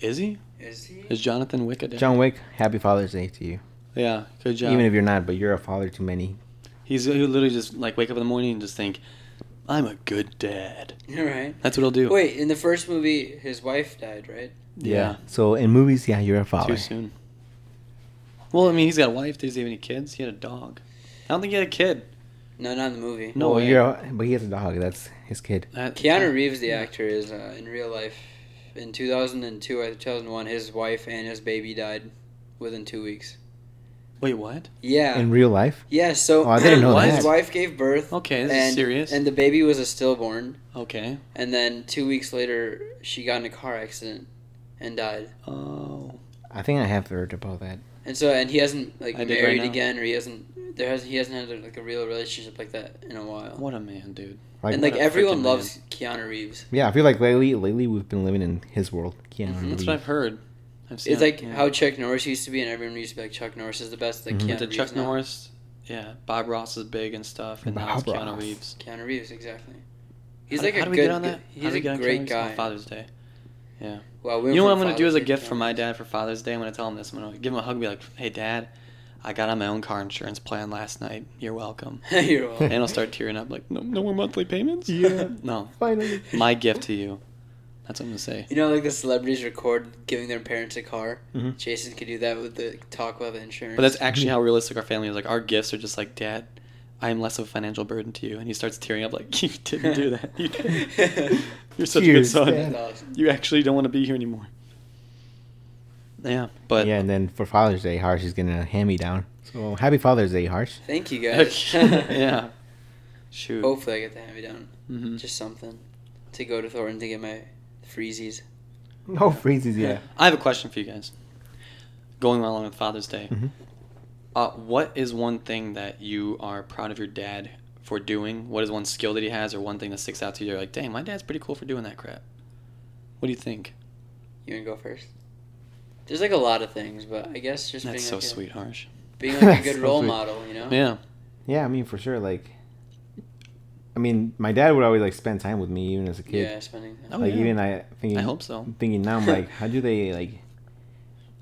Speaker 2: Is he?
Speaker 3: Is he?
Speaker 2: Is Jonathan Wick a dad?
Speaker 1: John Wick, happy Father's Day to you.
Speaker 2: yeah, good job.
Speaker 1: Even if you're not, but you're a father to many.
Speaker 2: He's he'll literally just like wake up in the morning and just think, I'm a good dad.
Speaker 3: right?
Speaker 2: That's what he'll do.
Speaker 3: Wait, in the first movie, his wife died, right?
Speaker 2: Yeah.
Speaker 1: So in movies, yeah, you're a
Speaker 2: Too
Speaker 1: father.
Speaker 2: soon. Well, I mean, he's got a wife. Does he have any kids? He had a dog. I don't think he had a kid.
Speaker 3: No, not in the movie.
Speaker 2: No
Speaker 1: well,
Speaker 2: way.
Speaker 1: you're, a- but he has a dog. That's his kid.
Speaker 2: That-
Speaker 3: Keanu Reeves, the actor, is uh, in real life. In 2002 or 2001, his wife and his baby died within two weeks.
Speaker 2: Wait, what?
Speaker 3: Yeah.
Speaker 1: In real life,
Speaker 3: yeah, so
Speaker 1: Oh, I didn't
Speaker 2: know
Speaker 3: his
Speaker 2: that.
Speaker 3: wife gave birth.
Speaker 2: Okay, this
Speaker 3: and,
Speaker 2: is serious.
Speaker 3: And the baby was a stillborn.
Speaker 2: okay.
Speaker 3: And then two weeks later, she got in a car accident and died.
Speaker 2: Oh.
Speaker 1: I think I have heard about that.
Speaker 3: And so, and he hasn't like
Speaker 2: I dig right
Speaker 3: married
Speaker 2: now.
Speaker 3: again, or he hasn't there has he hasn't had like a real relationship like that in a while.
Speaker 2: What a man, dude.
Speaker 1: Like,
Speaker 3: and like
Speaker 2: what a
Speaker 3: everyone
Speaker 2: freaking
Speaker 3: loves Keanu Reeves.
Speaker 1: yeah, I feel like lately, lately we've been living in his world. Keanu
Speaker 3: Mhm.
Speaker 1: Reeves.
Speaker 2: Mm-hmm, That's what I've heard. I've
Speaker 3: It's like
Speaker 2: yeah.
Speaker 3: how Chuck Norris used to be, and everyone used to be like Chuck Norris is the best. Like
Speaker 1: Mhm.
Speaker 3: Keanu
Speaker 2: the
Speaker 3: Reeves
Speaker 2: Chuck
Speaker 3: now.
Speaker 2: Norris. Yeah, Bob Ross is big and stuff, and now it's
Speaker 1: Bob
Speaker 2: Keanu
Speaker 1: Ross.
Speaker 2: Reeves.
Speaker 3: Keanu Reeves, exactly. He's
Speaker 2: How-
Speaker 3: like
Speaker 2: how
Speaker 3: a
Speaker 2: do
Speaker 3: good.
Speaker 2: we get on that?
Speaker 3: gu-
Speaker 2: How do
Speaker 3: He's
Speaker 2: we
Speaker 3: a
Speaker 2: get on Keanu
Speaker 3: great
Speaker 2: Reeves? On
Speaker 3: guy.
Speaker 2: Father's Day.
Speaker 3: Wow, we
Speaker 2: You know
Speaker 3: went
Speaker 2: what
Speaker 3: from
Speaker 2: I'm gonna do as
Speaker 3: Father's
Speaker 2: a
Speaker 3: Day
Speaker 2: gift
Speaker 3: to
Speaker 2: for my
Speaker 3: Keanu Reeves.
Speaker 2: dad for Father's Day? I'm gonna tell him this. I'm gonna give him a hug. and Be like, "Hey, Dad, I got on my own car insurance plan last night. You're welcome."
Speaker 3: You're welcome.
Speaker 2: and I'll start tearing up. Like, no, no more monthly payments.
Speaker 1: Yeah.
Speaker 2: no,
Speaker 1: Finally.
Speaker 2: my gift to you. That's what I'm gonna say.
Speaker 3: You know, like the celebrities record giving their parents a car.
Speaker 1: Mhm.
Speaker 3: Jason could do that with the talk about the insurance.
Speaker 2: But that's actually how realistic our family is. Like, our gifts are just like, Dad, I am less of a financial burden to you. And he starts tearing up. Like, you didn't do that. You didn't. You're such
Speaker 1: Cheers,
Speaker 2: a good son.
Speaker 1: Dad.
Speaker 3: That's awesome.
Speaker 2: You actually don't want to be here anymore. Yeah, but
Speaker 1: yeah, and then for Father's Day, Harsh is getting a hand me down. So happy Father's Day, Harsh.
Speaker 3: Thank you guys.
Speaker 2: yeah, shoot.
Speaker 3: Hopefully, I get the hand me down.
Speaker 2: Mhm.
Speaker 3: Oh, Just something to go to Thornton to get my freezies.
Speaker 1: No freezes, yeah.
Speaker 2: I have a question for you guys. Going along with Father's Day,
Speaker 1: Mhm.
Speaker 2: uh, what is one thing that you are proud of your dad for doing? What is one skill that he has, or one thing that sticks out to you? You're like, dang, my dad's pretty cool for doing that crap. What do you think?
Speaker 3: You wanna go first? There's like a lot of things, but I guess just being
Speaker 2: That's so
Speaker 3: like
Speaker 2: sweet, Harsh.
Speaker 3: A, Oh. being like a
Speaker 1: That's
Speaker 3: good
Speaker 1: so
Speaker 3: role
Speaker 1: sweet.
Speaker 3: model, you know.
Speaker 2: Yeah.
Speaker 1: Yeah, I mean for sure. Like, I mean, my dad would always like spend time with me even as a kid.
Speaker 3: Yeah, spending. Time.
Speaker 2: Oh,
Speaker 1: like
Speaker 2: yeah.
Speaker 1: even I thinking
Speaker 2: I hope so.
Speaker 1: I'm thinking now, I'm like, how do they like?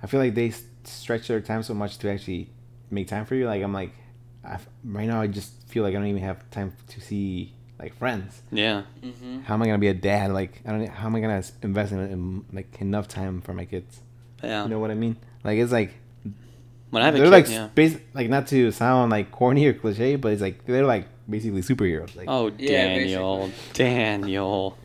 Speaker 1: I feel like they s- stretch their time so much to actually make time for you. Like I'm like, I f right now I just feel like I don't even have time to see like friends.
Speaker 2: Yeah.
Speaker 3: Mm-hmm.
Speaker 1: How am I gonna be a dad? Like I don't. How am I gonna s- invest in, in like enough time for my kids?
Speaker 2: Yeah.
Speaker 1: You know what I mean? Like it's like
Speaker 2: When I have a
Speaker 1: they're
Speaker 2: kid,
Speaker 1: like
Speaker 2: yeah.
Speaker 1: bas- like not to sound like corny or cliche, but it's like they're like basically superheroes. Like
Speaker 2: Oh,
Speaker 3: Yeah,
Speaker 2: Daniel. Daniel.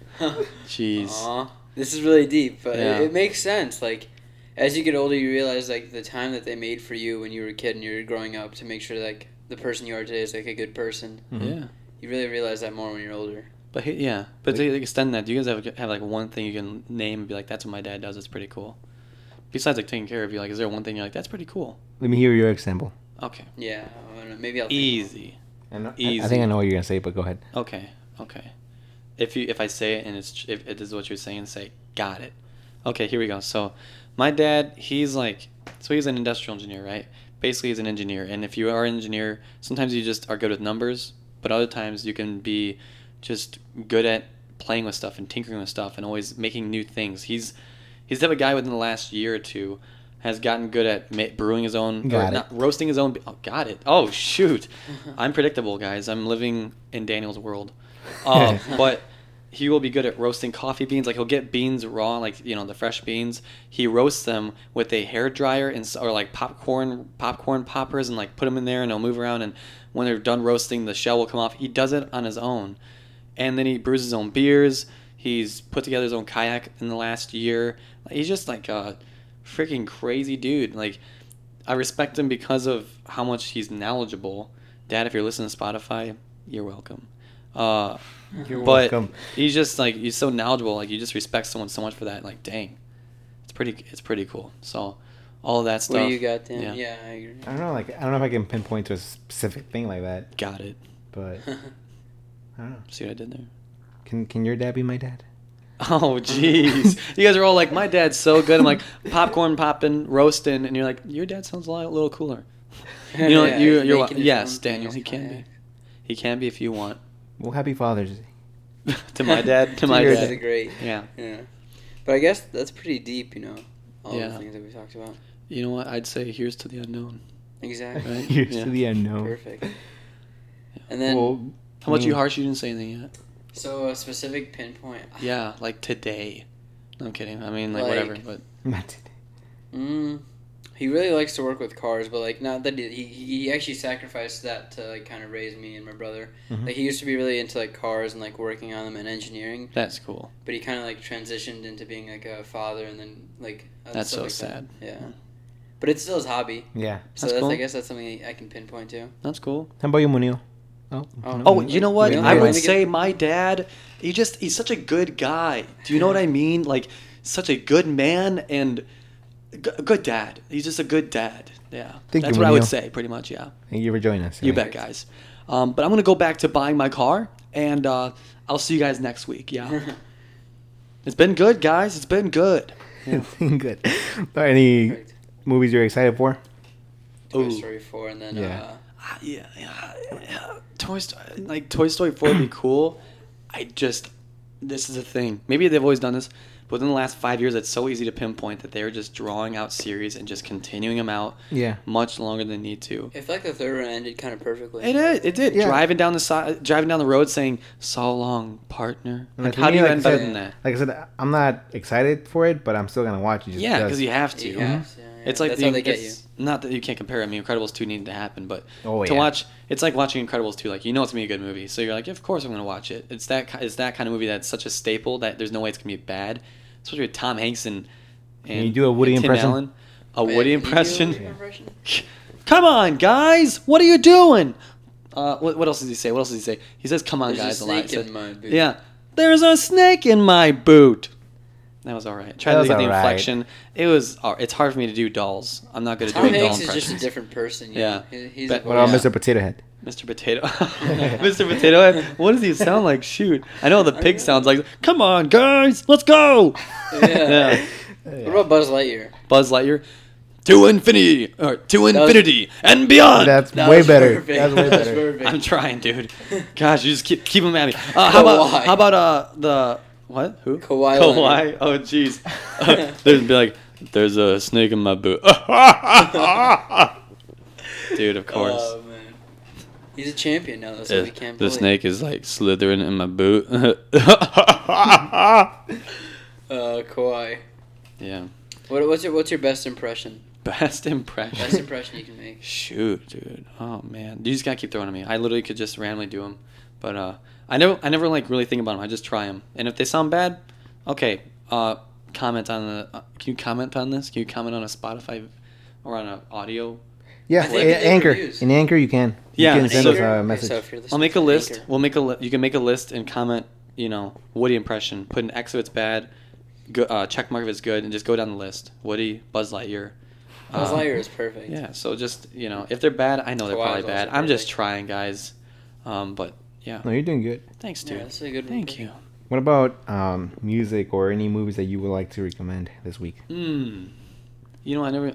Speaker 2: Jeez.
Speaker 3: Aw, this is really deep, but
Speaker 2: Yeah.
Speaker 3: it, it makes sense. Like, as you get older, you realize like the time that they made for you when you were a kid and you were growing up to make sure like the person you are today is like a good person.
Speaker 1: Mhm.
Speaker 2: Yeah.
Speaker 3: You really realize that more when you're older.
Speaker 2: But he- yeah, but
Speaker 1: Like-
Speaker 2: to extend that, do you guys have, have like one thing you can name and be like, that's what my dad does. It's pretty cool. Besides like taking care of you, like, is there one thing you're like, that's pretty cool?
Speaker 1: let me hear your example.
Speaker 2: Okay,
Speaker 3: Yeah, I don't know, maybe I'll. think-
Speaker 2: easy.
Speaker 1: I, know, I- I
Speaker 2: Easy.
Speaker 1: think I know what you're gonna say, but go ahead.
Speaker 2: Okay, okay. If you if I say it and it's if it is what you're saying, say got it. Okay, here we go. So, my dad, he's like, so he's an industrial engineer, right? Basically, he's an engineer, and if you are an engineer, sometimes you just are good with numbers, but other times you can be just good at playing with stuff and tinkering with stuff and always making new things. He's he's the type of guy within the last year or two has gotten good at ma- brewing his own,
Speaker 1: Got
Speaker 2: or
Speaker 1: it.
Speaker 2: not roasting his own. be- Oh, got it. Oh shoot, I'm predictable, guys. I'm living in Daniel's world. Uh, but he will be good at roasting coffee beans. Like he'll get beans raw, like you know the fresh beans. He roasts them with a hair dryer and s- or like popcorn popcorn poppers and like put them in there and he'll move around. And when they're done roasting, the shell will come off. He does it on his own, and then he brews his own beers. He's put together his own kayak in the last year. He's just like a freaking crazy dude. Like I respect him because of how much he's knowledgeable. Dad, if you're listening to Spotify, you're welcome. Uh,
Speaker 1: You're
Speaker 2: but
Speaker 1: welcome.
Speaker 2: he's just like he's so knowledgeable. Like you just respect someone so much for that. Like dang, it's pretty. It's pretty cool. So all that stuff.
Speaker 3: What do you got then?
Speaker 2: Yeah.
Speaker 3: Yeah, I agree.
Speaker 1: I don't know, like I don't know if I can pinpoint to a specific thing like that,
Speaker 2: Got it.
Speaker 1: but I don't know.
Speaker 2: See what I did there?
Speaker 1: Can can your dad be my dad?
Speaker 2: Oh jeez, you guys are all like, my dad's so good. I'm like popcorn popping, roasting, and you're like, your dad sounds a lot- a little cooler. You know,
Speaker 3: Yeah,
Speaker 2: you,
Speaker 3: he's
Speaker 2: you're
Speaker 3: making his
Speaker 2: yes,
Speaker 3: own thing,
Speaker 2: Daniel.
Speaker 3: his
Speaker 2: He can be.
Speaker 3: kayak.
Speaker 2: He can be if you want.
Speaker 1: Well, happy Father's Day.
Speaker 2: to my dad. To
Speaker 1: To
Speaker 2: my
Speaker 1: your
Speaker 3: This is
Speaker 1: dad.
Speaker 2: dad.
Speaker 3: great.
Speaker 2: Yeah.
Speaker 3: Yeah, but I guess that's pretty deep. You know, all
Speaker 2: Yeah.
Speaker 3: the things that we talked about.
Speaker 2: You know what? I'd say here's to the unknown.
Speaker 3: Exactly.
Speaker 2: Right.
Speaker 1: Here's
Speaker 2: Yeah.
Speaker 1: to the unknown.
Speaker 3: Perfect. And then
Speaker 1: well,
Speaker 2: How about you,
Speaker 1: Mm.
Speaker 2: Harsh? You didn't say anything yet.
Speaker 3: So a specific pinpoint.
Speaker 2: Yeah, like today. No, I'm kidding. I mean, like,
Speaker 3: Like-
Speaker 2: whatever. But
Speaker 1: Not today.
Speaker 3: Mm, he really likes to work with cars, but like not that he he he actually sacrificed that to like kind of raise me and my brother.
Speaker 1: Mhm.
Speaker 3: Like he used to be really into like cars and like working on them and engineering,
Speaker 2: that's cool.
Speaker 3: but he kind of like transitioned into being like a father and then like other
Speaker 2: That's
Speaker 3: stuff
Speaker 2: so
Speaker 3: like
Speaker 2: sad.
Speaker 3: That. Yeah, but it's still his hobby.
Speaker 1: Yeah.
Speaker 3: So
Speaker 2: That's
Speaker 3: that's,
Speaker 2: cool.
Speaker 3: I guess that's something I can pinpoint to.
Speaker 2: That's cool.
Speaker 1: How about you, Munio?
Speaker 3: Oh.
Speaker 2: Oh,
Speaker 3: Mm.
Speaker 2: you know what?
Speaker 1: Yeah.
Speaker 2: I would
Speaker 3: Yeah.
Speaker 2: say my dad. He just he's such a good guy. Do you know what I mean? Like such a good man and g- a good dad. He's just a good dad. Yeah,
Speaker 1: Thank
Speaker 2: that's
Speaker 1: you,
Speaker 2: what I would
Speaker 1: Munio.
Speaker 2: say. Pretty much, yeah.
Speaker 1: Thank you for joining us.
Speaker 2: You bet, guys. Um, but I'm gonna go back to buying my car, and uh, I'll see you guys next week. Yeah, it's been good, guys. It's been good.
Speaker 1: Good. Any
Speaker 3: Perfect.
Speaker 1: movies you're excited for?
Speaker 3: Toy
Speaker 2: Ooh.
Speaker 3: Story four and then
Speaker 1: Yeah.
Speaker 3: uh,
Speaker 2: Ah, yeah, yeah, yeah. Toy Story, like Toy Story Four would be cool. I just, this is the thing. Maybe they've always done this, but within the last five years, it's so easy to pinpoint that they're just drawing out series and just continuing them out
Speaker 1: Yeah.
Speaker 2: much longer than they need to.
Speaker 3: I feel like the third one ended kind of perfectly.
Speaker 2: It did. It did.
Speaker 1: Yeah.
Speaker 2: Driving down the side, driving down the road, saying "So long, partner."
Speaker 1: And
Speaker 2: Like,
Speaker 1: for
Speaker 2: how do
Speaker 1: me,
Speaker 2: you
Speaker 1: like
Speaker 2: end
Speaker 1: I
Speaker 2: better
Speaker 1: said-
Speaker 2: than that?
Speaker 1: Like I said, I'm not excited for it, but I'm still gonna watch it. Just
Speaker 2: Yeah, because you have to.
Speaker 3: Yeah, yeah, yeah.
Speaker 2: It's like
Speaker 3: that's
Speaker 2: the-
Speaker 3: how they get you.
Speaker 2: it's- Not that you can't compare. I mean, Incredibles two needed to happen, but
Speaker 1: Oh,
Speaker 2: to
Speaker 1: yeah.
Speaker 2: watch, it's like watching Incredibles two. Like you know, it's gonna be a good movie, so you're like, of course I'm gonna watch it. It's that ki- it's that kind of movie that's such a staple that there's no way it's gonna be bad. Especially with Tom Hanks and and
Speaker 1: you do a Woody
Speaker 2: and Tim
Speaker 1: impression?
Speaker 2: Allen. a
Speaker 3: Man,
Speaker 2: Woody
Speaker 3: can you do a
Speaker 2: impression.
Speaker 3: Woody impression?
Speaker 2: Come on, guys, what are you doing? Uh, what, what else does he say? What else does he say? He says, "Come on,
Speaker 3: There's a
Speaker 2: guys." lot. He
Speaker 3: snake
Speaker 2: said-
Speaker 3: in my boot.
Speaker 2: yeah. There's a snake in my boot. That was all right. Try
Speaker 1: That
Speaker 2: to
Speaker 1: was
Speaker 2: get the
Speaker 1: all right.
Speaker 2: inflection. It was. all- It's hard for me to do dolls. I'm not good at
Speaker 3: Tom
Speaker 2: doing doll
Speaker 3: Hanks is just a
Speaker 2: impressions.
Speaker 3: different person. you
Speaker 2: Yeah.
Speaker 3: know? He- He's
Speaker 2: But- um,
Speaker 3: a
Speaker 1: What about
Speaker 2: Yeah.
Speaker 1: Mr. Potato Head?
Speaker 2: Mr. Potato. Mr. Potato Head. What does he sound like? Shoot. I know the
Speaker 3: I
Speaker 2: pig
Speaker 3: know.
Speaker 2: sounds like. Come on, guys, let's go.
Speaker 3: Yeah.
Speaker 2: Yeah.
Speaker 3: What about Buzz Lightyear?
Speaker 2: Buzz Lightyear. To infinity or to
Speaker 3: was-
Speaker 2: infinity and beyond.
Speaker 1: That's
Speaker 3: That
Speaker 1: way
Speaker 3: was
Speaker 1: better.
Speaker 3: perfect.
Speaker 1: That's way
Speaker 3: That was
Speaker 1: better.
Speaker 3: perfect.
Speaker 2: I'm trying, dude. Gosh, you just keep keep them at me. Uh, how about
Speaker 3: Kawhi.
Speaker 2: how about uh the what? Who?
Speaker 3: Kawhi
Speaker 2: Kawhi. Oh jeez. There'd be like, there's a snake in my boot. dude, of course.
Speaker 3: Oh, man. He's a champion now, though, so we
Speaker 2: Uh,
Speaker 3: can't
Speaker 2: the
Speaker 3: bully
Speaker 2: snake is like slithering in my boot.
Speaker 3: him. Uh, Kawhi.
Speaker 2: yeah.
Speaker 3: What, what's your What's your best impression?
Speaker 2: Best
Speaker 3: Best
Speaker 2: impression.
Speaker 3: impression you can make.
Speaker 2: Shoot, dude. Oh man, you just gotta keep throwing at me. I literally could just randomly do them, but uh, I know I never like really think about them. I just try them, and if they sound bad, okay. Uh, comment on the. Uh, can you comment on this? Can you comment on a Spotify or on an audio?
Speaker 1: Yeah,
Speaker 3: I think
Speaker 1: in
Speaker 3: they did
Speaker 1: Anchor.
Speaker 3: reviews.
Speaker 1: In Anchor, you can.
Speaker 2: Yeah,
Speaker 1: You can send
Speaker 2: Anchor.
Speaker 1: us
Speaker 3: Okay,
Speaker 1: a message.
Speaker 3: so if you're listening
Speaker 2: uh, I'll make a
Speaker 3: to
Speaker 2: list.
Speaker 3: Anchor-
Speaker 2: We'll make a. Li- you can make a list and comment. You know, Woody impression. Put an X if it's bad. Go, uh, check mark if it's good, and just go down the list. Woody, Buzz Lightyear.
Speaker 3: Buzz
Speaker 2: uh,
Speaker 3: Lightyear is perfect.
Speaker 2: Yeah, so just you know, if they're bad, I know they're
Speaker 3: Kawhi
Speaker 2: probably
Speaker 3: was also
Speaker 2: bad. I'm just
Speaker 3: perfect.
Speaker 2: trying, guys. Um, but yeah,
Speaker 1: No, you're doing good.
Speaker 2: thanks,
Speaker 3: Yeah,
Speaker 2: dude.
Speaker 3: that's a good
Speaker 2: Thank
Speaker 3: one.
Speaker 2: you.
Speaker 1: What about um, music or any movies that you would like to recommend this week?
Speaker 2: Mm. You know, I never.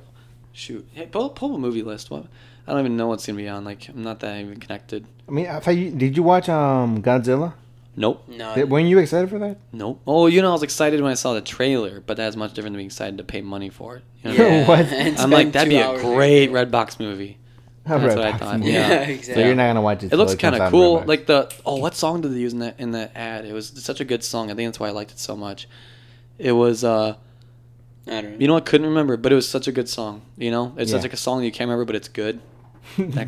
Speaker 2: Shoot, hey, pull, pull a movie list. What? I don't even know what's gonna be on. Like, I'm not that even connected.
Speaker 1: I mean, I thought you, did you watch um, Godzilla?
Speaker 2: Nope,
Speaker 3: No,
Speaker 1: Did, weren't you excited for that?
Speaker 2: nope. Oh, you know, I was excited when I saw the trailer, but that's much different than being excited to pay money for it. You know what I mean?
Speaker 3: yeah.
Speaker 1: What?
Speaker 3: and
Speaker 2: I'm like,
Speaker 3: spend
Speaker 2: that'd
Speaker 3: two
Speaker 2: be a
Speaker 3: hours
Speaker 2: great
Speaker 3: doing it.
Speaker 2: Redbox movie.
Speaker 1: I've
Speaker 2: That's
Speaker 1: read
Speaker 2: what I
Speaker 1: about
Speaker 2: thought,
Speaker 1: it.
Speaker 2: yeah.
Speaker 3: Yeah,
Speaker 1: So
Speaker 3: exactly.
Speaker 1: you're not gonna watch it.
Speaker 2: It
Speaker 1: till
Speaker 2: looks kind
Speaker 1: comes out
Speaker 2: of
Speaker 1: in
Speaker 2: cool.
Speaker 1: Redbox.
Speaker 2: Like the oh, what song did they use in that in that ad? It was such a good song. I think that's why I liked it so much. It was uh,
Speaker 3: I don't know.
Speaker 2: you know, I couldn't remember, but it was such a good song. You know, it's
Speaker 1: Yeah.
Speaker 2: such like a song that you can't remember, but it's good. That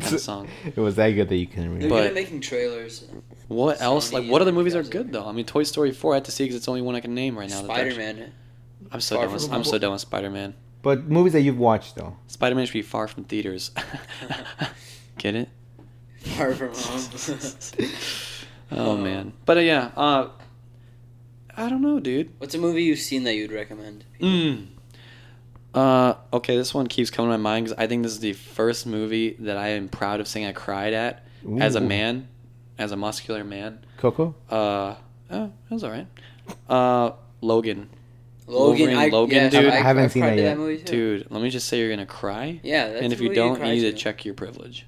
Speaker 2: kind of song.
Speaker 1: It was that good that you can
Speaker 3: They're
Speaker 1: remember.
Speaker 2: but-
Speaker 3: good at making trailers.
Speaker 2: What else?
Speaker 3: Sony
Speaker 2: Like, what other
Speaker 3: and
Speaker 2: movies are
Speaker 3: Godzilla.
Speaker 2: good though? I mean, Toy Story four. I had to see because it's the only one I can name right now. that they're-
Speaker 3: Spider Man.
Speaker 2: I'm so
Speaker 3: Far
Speaker 2: done. With,
Speaker 3: From
Speaker 2: I'm so
Speaker 3: Home.
Speaker 2: done with Spider Man.
Speaker 1: But movies that you've watched though.
Speaker 2: Spider Man should be far from theaters. Get it?
Speaker 3: Far from home.
Speaker 2: Oh
Speaker 3: Oh.
Speaker 2: man. But uh, yeah. Uh, I don't know, dude.
Speaker 3: What's a movie you've seen that you'd recommend?
Speaker 2: Mm. Uh, okay, this one keeps coming to my mind because I think this is the first movie that I am proud of saying I cried at as a
Speaker 1: Ooh.
Speaker 2: man, as a muscular man.
Speaker 1: Coco.
Speaker 2: Uh, oh, it was all right. Uh, Logan,
Speaker 3: Logan.
Speaker 2: Wolverine,
Speaker 3: I,
Speaker 2: Logan,
Speaker 3: yes,
Speaker 2: dude.
Speaker 1: I haven't
Speaker 3: I've
Speaker 1: seen
Speaker 3: cried
Speaker 1: that
Speaker 3: to
Speaker 1: yet.
Speaker 3: movie too.
Speaker 2: dude, let me just say you're gonna cry,
Speaker 3: Yeah, that's
Speaker 2: and if
Speaker 3: a
Speaker 2: you
Speaker 3: movie
Speaker 2: don't,
Speaker 3: cry
Speaker 2: you need to
Speaker 3: to.
Speaker 2: check your privilege.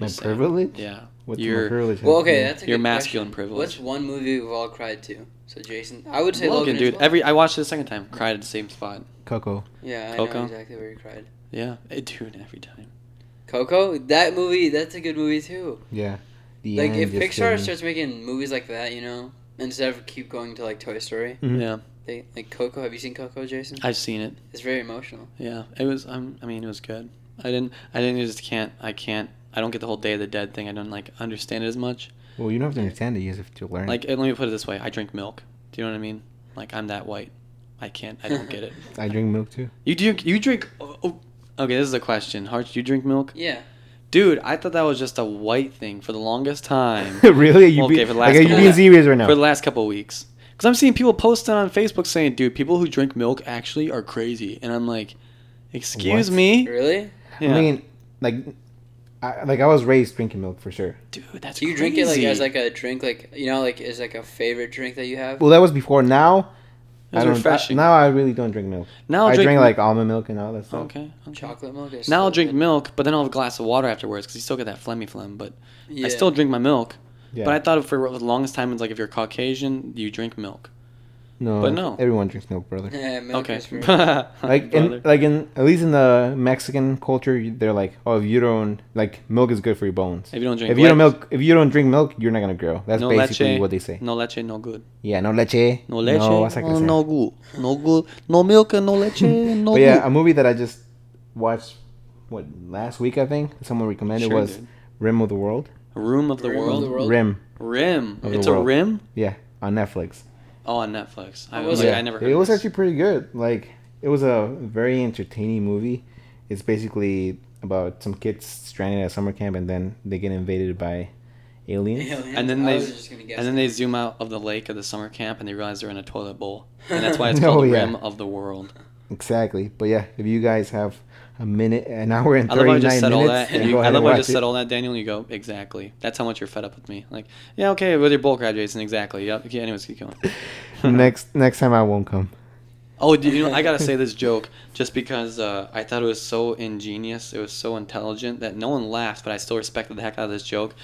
Speaker 1: My
Speaker 2: Just saying.
Speaker 1: privilege.
Speaker 2: Yeah,
Speaker 1: What's my
Speaker 2: Your-
Speaker 1: privilege?
Speaker 3: Well, okay, that's a
Speaker 2: Your
Speaker 3: good
Speaker 2: masculine
Speaker 3: question.
Speaker 2: privilege.
Speaker 3: What's one movie we've all cried to? So Jason, I would say
Speaker 2: Logan,
Speaker 3: Logan, as
Speaker 2: dude.
Speaker 3: well.
Speaker 2: Every I watched it the second time, cried at the same spot.
Speaker 1: Coco.
Speaker 3: yeah, I
Speaker 2: Coco.
Speaker 3: know exactly where you cried.
Speaker 2: Yeah, it, dude, every time.
Speaker 3: Coco, that movie, that's a good movie too.
Speaker 1: Yeah. The
Speaker 3: Like
Speaker 1: end
Speaker 3: if
Speaker 1: just
Speaker 3: Pixar
Speaker 1: didn't-
Speaker 3: starts making movies like that, you know, instead of keep going to like Toy Story,
Speaker 1: Mhm.
Speaker 2: Yeah,
Speaker 3: they like Coco. Have you seen Coco, Jason?
Speaker 2: I've seen it.
Speaker 3: It's very emotional.
Speaker 2: Yeah, it was. Um, I mean, it was good. I didn't. I didn't. I just can't. I can't. I don't get the whole Day of the Dead thing. I don't like understand it as much.
Speaker 1: Well, you don't have to understand it. You just have to learn.
Speaker 2: Like, let me put it this way: I drink milk. Do you know what I mean? Like, I'm that white. I can't. I don't get it.
Speaker 1: I drink milk too.
Speaker 2: You drink. You drink. Oh, oh. Okay, this is a question. Hart, you drink milk,
Speaker 3: Yeah.
Speaker 2: dude? I thought that was just a white thing for the longest time.
Speaker 1: really? You
Speaker 2: Okay,
Speaker 1: be,
Speaker 2: for the last
Speaker 1: like, are you
Speaker 2: couple-
Speaker 1: being serious right now?
Speaker 2: for the last couple of weeks. Because I'm seeing people posting on Facebook saying, dude, people who drink milk actually are crazy. And I'm like, excuse
Speaker 1: What?
Speaker 2: me?
Speaker 3: Really?
Speaker 2: Yeah.
Speaker 1: I mean, like, I, like I was raised drinking milk for sure.
Speaker 2: dude, that's
Speaker 3: Do you drink it like
Speaker 2: crazy.
Speaker 3: as like a drink, like you know, like is like a favorite drink that you have?
Speaker 1: Well, that was before. Now,
Speaker 2: It's
Speaker 1: I don't. I-
Speaker 2: refreshing.
Speaker 1: now I really don't drink milk.
Speaker 2: now I'll
Speaker 1: I drink,
Speaker 2: mi-
Speaker 1: like almond milk and all that stuff.
Speaker 2: Okay. okay.
Speaker 3: Chocolate milk. is
Speaker 2: Now I'll
Speaker 3: so
Speaker 2: drink
Speaker 3: good.
Speaker 2: milk, but then I'll have a glass of water afterwards because you still get that phlegmy phlegm. But
Speaker 3: Yeah.
Speaker 2: I still drink my milk.
Speaker 1: Yeah.
Speaker 2: But I thought for the longest time, it's like if you're Caucasian, you drink milk.
Speaker 1: No,
Speaker 2: but no.
Speaker 1: Everyone drinks milk, brother.
Speaker 3: Yeah, milk
Speaker 2: okay.
Speaker 3: is for-
Speaker 1: Like in, like in at least in the Mexican culture, you- they're like, oh, if you don't like milk is good for your bones.
Speaker 2: if you don't drink
Speaker 1: If you don't
Speaker 2: leche-
Speaker 1: milk, if you don't drink milk, you're not gonna grow. That's
Speaker 2: No
Speaker 1: basically
Speaker 2: leche.
Speaker 1: what they say.
Speaker 2: no leche, no good.
Speaker 1: Yeah, no leche.
Speaker 2: No leche,
Speaker 1: No, what's that gonna
Speaker 2: no,
Speaker 1: say?
Speaker 2: no good. No good. No milk, no leche, no
Speaker 1: Hmm. But
Speaker 2: good.
Speaker 1: yeah, a movie that I just watched, what last week I think someone recommended
Speaker 2: Sure,
Speaker 1: was
Speaker 2: dude.
Speaker 1: Rim of the World.
Speaker 2: Room of the
Speaker 3: Room of
Speaker 2: World.
Speaker 3: the World.
Speaker 1: Rim
Speaker 2: Rim.
Speaker 1: Of the
Speaker 2: it's a
Speaker 1: World.
Speaker 2: rim.
Speaker 1: on Netflix.
Speaker 2: Oh, on Netflix. I
Speaker 3: How
Speaker 2: was
Speaker 3: was
Speaker 2: like,
Speaker 3: it?
Speaker 2: I never. Heard
Speaker 1: It was
Speaker 2: of this.
Speaker 1: actually pretty good. Like it was a very entertaining movie. It's basically about some kids stranded at summer camp and then they get invaded by aliens.
Speaker 3: Aliens?
Speaker 2: And then
Speaker 3: I
Speaker 2: they-
Speaker 3: was just gonna guess.
Speaker 2: And then they zoom out of the lake of the summer camp and they realize they're in a toilet bowl, and that's why it's
Speaker 1: No,
Speaker 2: called
Speaker 1: Oh, yeah.
Speaker 2: Rim of the World.
Speaker 1: Exactly. But yeah, if you guys have a minute, an hour and
Speaker 2: I love
Speaker 1: thirty
Speaker 2: how I
Speaker 1: nine
Speaker 2: just
Speaker 1: minutes,
Speaker 2: said all that,
Speaker 1: then
Speaker 2: and you,
Speaker 1: go
Speaker 2: I
Speaker 1: ahead
Speaker 2: love
Speaker 1: and
Speaker 2: how I
Speaker 1: watch
Speaker 2: just
Speaker 1: it.
Speaker 2: said all that, Daniel. And you go exactly. That's how much you're fed up with me. Like, yeah, okay, with your bull crab, Jason. Exactly. Yep. Okay, anyways, keep going.
Speaker 1: next next time I won't come.
Speaker 2: Oh, do you know, I gotta say this joke just because uh, I thought it was so ingenious, it was so intelligent that no one laughed, but I still respected the heck out of this joke.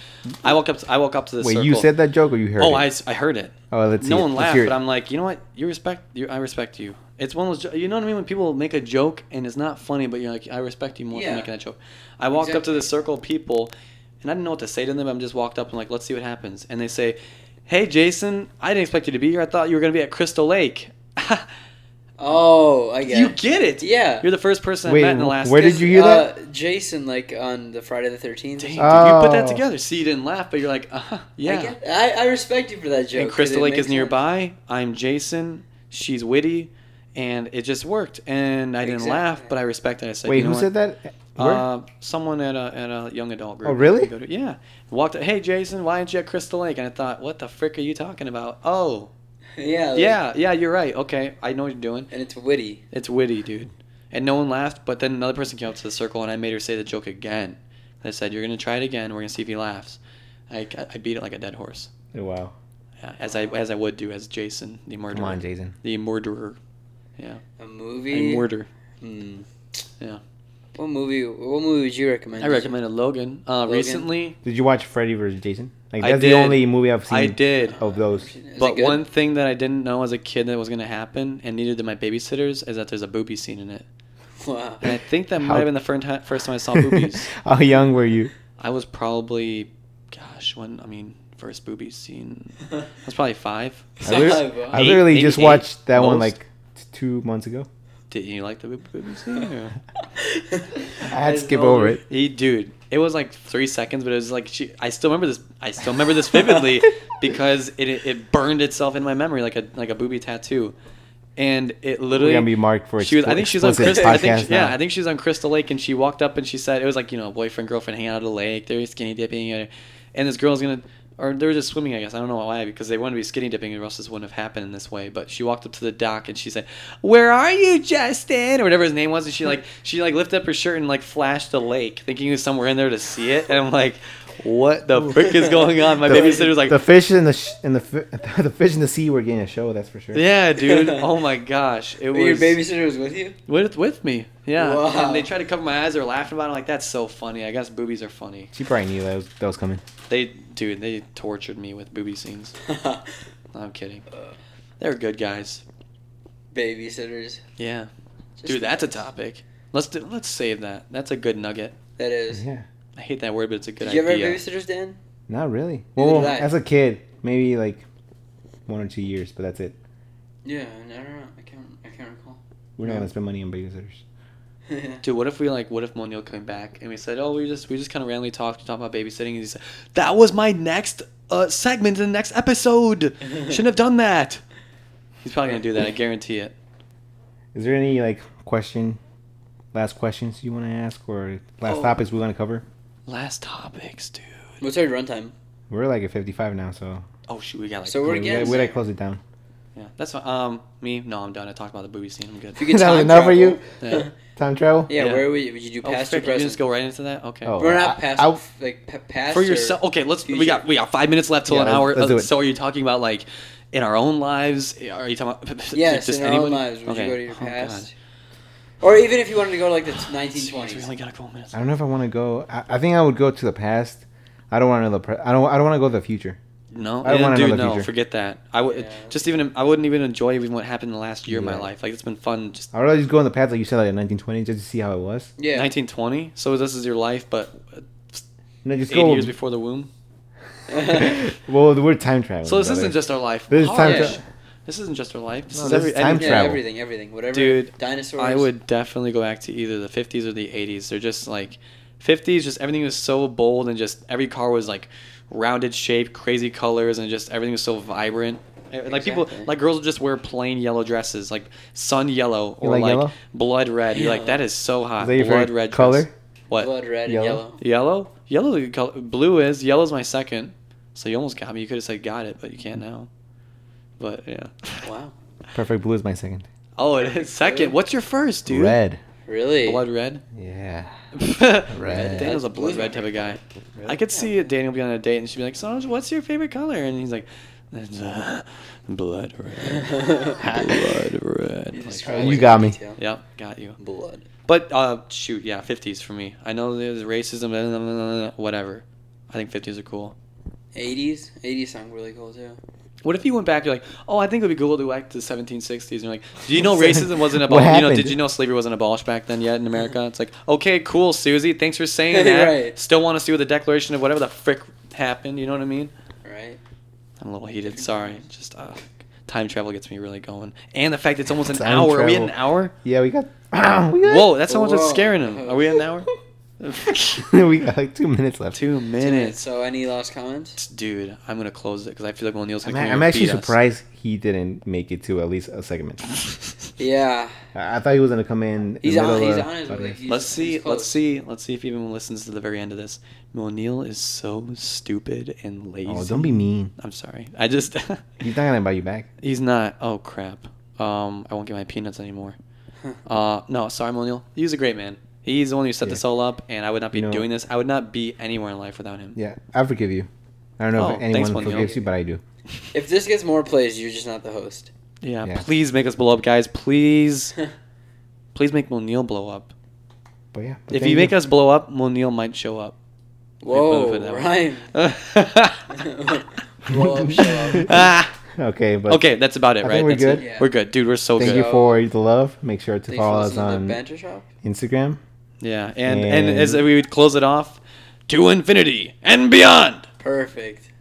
Speaker 2: I woke up. To, I woke up to this.
Speaker 1: Wait,
Speaker 2: circle.
Speaker 1: you said that joke or you heard
Speaker 2: Oh,
Speaker 1: it?
Speaker 2: I, s- I heard it.
Speaker 1: oh, let's
Speaker 2: no
Speaker 1: see it.
Speaker 2: one
Speaker 1: Let's
Speaker 2: laughed,
Speaker 1: hear it.
Speaker 2: but I'm like, you know what? You respect you. I respect you. It's one of those. jo- You know what I mean? When people make a joke and it's not funny, but you're like, I respect you more
Speaker 3: Yeah.
Speaker 2: for making that joke. I walked up to
Speaker 3: Exactly.
Speaker 2: the circle of people, and I didn't know what to say to them. I'm just walked up and like, let's see what happens. And they say, Hey, Jason, I didn't expect you to be here. I thought you were gonna be at Crystal Lake.
Speaker 3: oh, I get.
Speaker 2: You
Speaker 3: it.
Speaker 2: get it.
Speaker 3: Yeah.
Speaker 2: You're the first person
Speaker 1: Wait,
Speaker 2: I met in the
Speaker 1: wh-
Speaker 2: last.
Speaker 1: where did you hear that?
Speaker 3: Uh, Jason, like on the Friday the Thirteenth.
Speaker 2: Dang, dude, you put
Speaker 1: Oh.
Speaker 2: that together. See, you didn't laugh, but you're like, uh, yeah.
Speaker 3: I, get- I, I respect you for that joke.
Speaker 2: and
Speaker 3: 'cause
Speaker 2: Crystal
Speaker 3: it
Speaker 2: Lake
Speaker 3: makes
Speaker 2: is nearby. I'm Jason. She's witty, and it just worked. And I didn't laugh,
Speaker 3: Exactly.
Speaker 2: but I respected. it. I said,
Speaker 1: Wait,
Speaker 2: you know
Speaker 1: who
Speaker 2: what?
Speaker 1: said that? Where?
Speaker 2: Uh, someone at a at a young adult group.
Speaker 1: Oh, really?
Speaker 2: We go to- yeah. Walked. Up, hey, Jason, why aren't you at Crystal Lake? And I thought, what the frick are you talking about? Oh,
Speaker 3: sense. Yeah. like-
Speaker 2: yeah, yeah, you're right. Okay, I know what you're doing.
Speaker 3: And it's witty.
Speaker 2: It's witty, dude. And no one laughed, but then another person came up to the circle and I made her say the joke again. I said, You're going to try it again. We're going to see if he laughs. I, I beat it like a dead horse.
Speaker 1: Oh, wow.
Speaker 2: Yeah, as I as I would do as Jason, the murderer.
Speaker 1: Come on, Jason.
Speaker 2: The murderer.
Speaker 3: A
Speaker 2: A
Speaker 3: movie.
Speaker 2: murder.
Speaker 3: Hmm.
Speaker 2: Yeah.
Speaker 3: What movie? What movie would you recommend?
Speaker 2: I recommended Logan. Uh,
Speaker 3: Logan.
Speaker 2: Recently,
Speaker 1: Did you watch Freddy vs. Jason? Like
Speaker 2: I
Speaker 1: that's the
Speaker 2: did.
Speaker 1: only movie I've seen
Speaker 2: I did.
Speaker 1: of those.
Speaker 3: Is it
Speaker 2: But
Speaker 3: good?
Speaker 2: one thing that I didn't know as a kid that was going to happen, and neither did my babysitters, is that there's a booby scene in it.
Speaker 3: Wow.
Speaker 2: And I think that
Speaker 1: How-
Speaker 2: might have been the first time, first time I saw boobies.
Speaker 1: How young were you?
Speaker 2: I was probably, gosh, when, I mean, first booby scene. I was probably five.
Speaker 1: I literally,
Speaker 3: Five,
Speaker 1: I
Speaker 2: eight,
Speaker 1: literally
Speaker 2: eight,
Speaker 1: just
Speaker 2: eight,
Speaker 1: watched that one
Speaker 2: most.
Speaker 1: like t- two months ago.
Speaker 2: Did you like the boob- boob scene? or-
Speaker 1: I had to skip over it.
Speaker 2: He, dude, it was like three seconds, but it was like she, I still remember this. I still remember this vividly because it, it it burned itself in my memory like a like a booby tattoo, and it
Speaker 1: We're
Speaker 2: literally.
Speaker 1: gonna be marked for
Speaker 2: she was, I
Speaker 1: expli-
Speaker 2: think she was on
Speaker 1: explicit
Speaker 2: Crystal. I think
Speaker 1: podcast
Speaker 2: she- yeah,
Speaker 1: now.
Speaker 2: I think she was on Crystal Lake, and she walked up and she said it was like you know boyfriend girlfriend hanging out at a lake. They're skinny dipping, uh, and this girl's gonna or they were just swimming. I guess I don't know why because they wanted to be skinny dipping, or else this wouldn't have happened in this way. But she walked up to the dock and she said, "Where are you, Justin?" or whatever his name was, and she like she like lifted up her shirt and like flashed the lake, thinking he was somewhere in there to see it. And I'm like, what the frick is going on? My
Speaker 1: The-
Speaker 2: babysitter was like,
Speaker 1: the fish in the sh- in the fi- the fish in the sea were getting a show. That's for sure.
Speaker 2: yeah, dude. Oh my gosh, it
Speaker 3: But
Speaker 2: was
Speaker 3: Your babysitter was with you.
Speaker 2: with with me. Yeah.
Speaker 3: Wow.
Speaker 2: And they tried to cover my eyes. They were laughing about it. Like that's so funny. I guess boobies are funny.
Speaker 1: She probably knew that was, that was coming.
Speaker 2: They dude, they tortured me with boobie scenes. No, I'm kidding. They're good guys.
Speaker 3: Babysitters.
Speaker 2: Yeah.
Speaker 3: Just
Speaker 2: Dude, that's a
Speaker 3: nice.
Speaker 2: topic. Let's do, let's save that. That's a good nugget.
Speaker 3: That is.
Speaker 1: Yeah,
Speaker 2: I hate that word, but it's a good
Speaker 3: Did you ever have
Speaker 2: idea.
Speaker 3: babysitters, Dan?
Speaker 1: not really.
Speaker 3: Neither
Speaker 1: Well,
Speaker 3: did I.
Speaker 1: as a kid, maybe like one or two years, but that's it.
Speaker 3: Yeah, I don't know. I can't. I can't recall.
Speaker 1: We're not
Speaker 2: Yeah.
Speaker 1: gonna spend money on babysitters.
Speaker 2: Dude, what if we like? What if Moniel came back and we said, "Oh, we just we just kind of randomly talked, talked about babysitting," and he said, "That was my next uh, segment in the next episode. Shouldn't have done that." He's probably gonna do that. I guarantee it.
Speaker 1: Is there any like question, last questions you want to ask or last
Speaker 3: Oh.
Speaker 1: topics we want to cover?
Speaker 2: Last topics, dude.
Speaker 3: What's our runtime?
Speaker 1: We're like at 55 now, so
Speaker 2: Oh shoot, we got like.
Speaker 3: So we're
Speaker 1: yeah, we
Speaker 3: getting
Speaker 1: gotta- we gotta
Speaker 3: there.
Speaker 1: close it down.
Speaker 2: yeah, that's fine. Um, me? No, I'm done. I talked about the booby scene. I'm good.
Speaker 3: If you could
Speaker 1: That was
Speaker 3: time
Speaker 1: enough for
Speaker 3: travel-
Speaker 1: you?
Speaker 2: Yeah.
Speaker 1: Time travel.
Speaker 3: Yeah,
Speaker 2: Yeah.
Speaker 3: Where would you, would you do?
Speaker 2: Oh,
Speaker 3: Past
Speaker 2: frick,
Speaker 3: or
Speaker 2: you
Speaker 3: present?
Speaker 2: just go right into that. Okay.
Speaker 1: Oh.
Speaker 3: We're not
Speaker 1: I-
Speaker 3: past.
Speaker 1: I-
Speaker 3: like p- past.
Speaker 2: For
Speaker 3: or-
Speaker 2: yourself. Okay, let's. We
Speaker 3: future.
Speaker 2: got we got five minutes left till
Speaker 1: Yeah,
Speaker 2: an
Speaker 1: let's-
Speaker 2: hour.
Speaker 1: let's do
Speaker 2: Uh,
Speaker 1: it.
Speaker 2: so are you talking about like in our own lives? Are you talking about?
Speaker 3: Yes,
Speaker 2: just
Speaker 3: in our own
Speaker 2: anybody?
Speaker 3: lives, would
Speaker 2: Okay.
Speaker 3: you go to your
Speaker 2: Oh, God.
Speaker 3: past? or even if you wanted to go to like the
Speaker 2: Jeez, We
Speaker 3: 1920s.
Speaker 2: only got a couple minutes.
Speaker 1: I don't know if I want to go. I, I think I would go to the past. I don't want to the. Pre- I don't. I don't want to go to the future.
Speaker 2: No,
Speaker 1: I don't want
Speaker 2: dude,
Speaker 1: another
Speaker 2: no,
Speaker 1: feature.
Speaker 2: forget that. I would
Speaker 3: Yeah.
Speaker 2: just even I wouldn't even enjoy even what happened in the last year of
Speaker 1: Yeah.
Speaker 2: my life. Like it's been fun. Just
Speaker 1: I would rather just go in the past, like you said, like in 1920, just to see how it was.
Speaker 3: Yeah.
Speaker 2: 1920. So this is your life, but uh,
Speaker 1: No, just
Speaker 2: eight
Speaker 1: go.
Speaker 2: years before the womb.
Speaker 1: well, we're time traveling.
Speaker 2: So this
Speaker 1: brother.
Speaker 2: isn't just our life.
Speaker 1: This is time.
Speaker 2: Harsh.
Speaker 1: Tra-
Speaker 2: This isn't just our life. This
Speaker 1: No,
Speaker 2: is
Speaker 1: this
Speaker 2: every
Speaker 1: is time
Speaker 2: anything.
Speaker 3: yeah,
Speaker 1: travel.
Speaker 3: everything, everything, whatever.
Speaker 2: Dude,
Speaker 3: dinosaurs.
Speaker 2: I would definitely go back to either the 50s or the 80s. They're just like 50s, just everything was so bold and just every car was like rounded shape, crazy colors, and just everything was so vibrant. Eh, Like people,
Speaker 3: Exactly.
Speaker 2: like girls would just wear plain yellow dresses, like sun yellow or
Speaker 1: like
Speaker 2: like,
Speaker 1: yellow?
Speaker 2: blood red. You're like,
Speaker 3: Yellow.
Speaker 2: that is so hot.
Speaker 1: Is that your
Speaker 2: blood
Speaker 1: favorite
Speaker 2: red dress.
Speaker 1: color?
Speaker 2: What?
Speaker 3: blood red
Speaker 1: Yellow?
Speaker 3: and
Speaker 2: Yellow?
Speaker 3: yellow.
Speaker 2: Yellow is a color. Blue is. Yellow's my second. So you almost got me. You could have said got it, but you can't now. But yeah.
Speaker 3: Wow,
Speaker 1: Perfect blue is my second.
Speaker 2: Oh, it is second. What's your first, dude?
Speaker 1: Red.
Speaker 3: really?
Speaker 2: Blood red.
Speaker 1: Yeah.
Speaker 2: red. Daniel's a
Speaker 3: That's
Speaker 2: blood
Speaker 3: blue.
Speaker 2: red type of guy.
Speaker 1: Really?
Speaker 2: I could see Daniel be on a date and she'd be like, "Solange, what's your favorite color?" And he's like, "It's, uh, "Blood red, blood red." Like,
Speaker 3: described
Speaker 1: You
Speaker 3: it in
Speaker 1: got me.
Speaker 3: detail.
Speaker 2: yep, got you.
Speaker 3: Blood.
Speaker 2: But uh, shoot, yeah, fifties for me. I know there's racism, blah, blah, blah, blah, whatever. I think fifties are cool.
Speaker 3: 80s. 80s sound really cool too.
Speaker 2: What if you went back? You're like, oh, I think it would be cool to go back to the 1760s. And you're like, do you know racism wasn't
Speaker 1: What
Speaker 2: abolished? You know,
Speaker 1: happened?
Speaker 2: did you know slavery wasn't abolished back then yet in America? It's like, okay, cool, Susie. Thanks for saying that.
Speaker 3: Right.
Speaker 2: Still want to see what the Declaration of whatever the frick happened. You know what I mean?
Speaker 3: Right.
Speaker 2: I'm a little heated. Sorry. Just uh, time travel gets me really going. And the fact it's almost an
Speaker 1: Time
Speaker 2: hour. Are we at
Speaker 1: travel.
Speaker 2: an hour?
Speaker 1: Yeah, we got. we got
Speaker 2: Whoa, that's how much it's
Speaker 3: Whoa.
Speaker 2: scaring him. Are we at an hour?
Speaker 1: we got like two minutes left.
Speaker 2: Two
Speaker 3: Two minutes.
Speaker 2: minutes.
Speaker 3: So any last comments?
Speaker 2: Dude, I'm going to close it because I feel like O'Neill's going
Speaker 1: I'm,
Speaker 2: to
Speaker 1: a- I'm actually surprised he didn't make it to at least a segment.
Speaker 3: Yeah.
Speaker 1: I I thought he was gonna come in.
Speaker 3: He's
Speaker 1: in the
Speaker 3: on.
Speaker 1: middle
Speaker 3: He's
Speaker 1: of-
Speaker 3: on his way. He's-
Speaker 2: let's see.
Speaker 3: he's
Speaker 2: Let's
Speaker 3: close.
Speaker 2: see. Let's see if anyone listens to the very end of this. O'Neill is so stupid and lazy.
Speaker 1: Oh, don't be mean.
Speaker 2: I'm sorry. I just.
Speaker 1: He's not gonna buy you back.
Speaker 2: he's not. Oh crap. Um, I won't get my peanuts anymore. Uh, no, sorry, O'Neill. He's a great man. He's the one who set
Speaker 1: Yeah.
Speaker 2: this all up, and I would not be
Speaker 1: You know-
Speaker 2: doing this. I would not be anywhere in life without him.
Speaker 1: Yeah, I forgive you. I don't know
Speaker 2: Oh,
Speaker 1: if
Speaker 2: thanks,
Speaker 1: anyone
Speaker 2: Juanito.
Speaker 1: forgives you, but I do.
Speaker 3: If this gets more plays, you're just not the host.
Speaker 2: Yeah.
Speaker 1: Yeah.
Speaker 2: Please make us blow up, guys. Please, please make O'Neill blow up.
Speaker 1: But yeah. but
Speaker 2: If
Speaker 1: thank
Speaker 2: you make us blow up, O'Neill might show up.
Speaker 3: Whoa,
Speaker 2: put it that way.
Speaker 3: Ryan. Blow up, show up.
Speaker 2: ah.
Speaker 1: Okay, but
Speaker 2: Okay, that's about it,
Speaker 1: I
Speaker 2: right?
Speaker 1: think we're
Speaker 2: That's it.
Speaker 1: good.
Speaker 3: Yeah.
Speaker 2: We're good, dude. We're so
Speaker 1: Thank
Speaker 2: good.
Speaker 1: you for the love. Make sure to
Speaker 3: Thanks for
Speaker 1: follow us
Speaker 3: listening to
Speaker 1: on
Speaker 3: Banter Shop.
Speaker 1: Instagram.
Speaker 2: Yeah, and, and
Speaker 1: And-
Speaker 2: as we would close it off, to infinity and beyond.
Speaker 3: Perfect.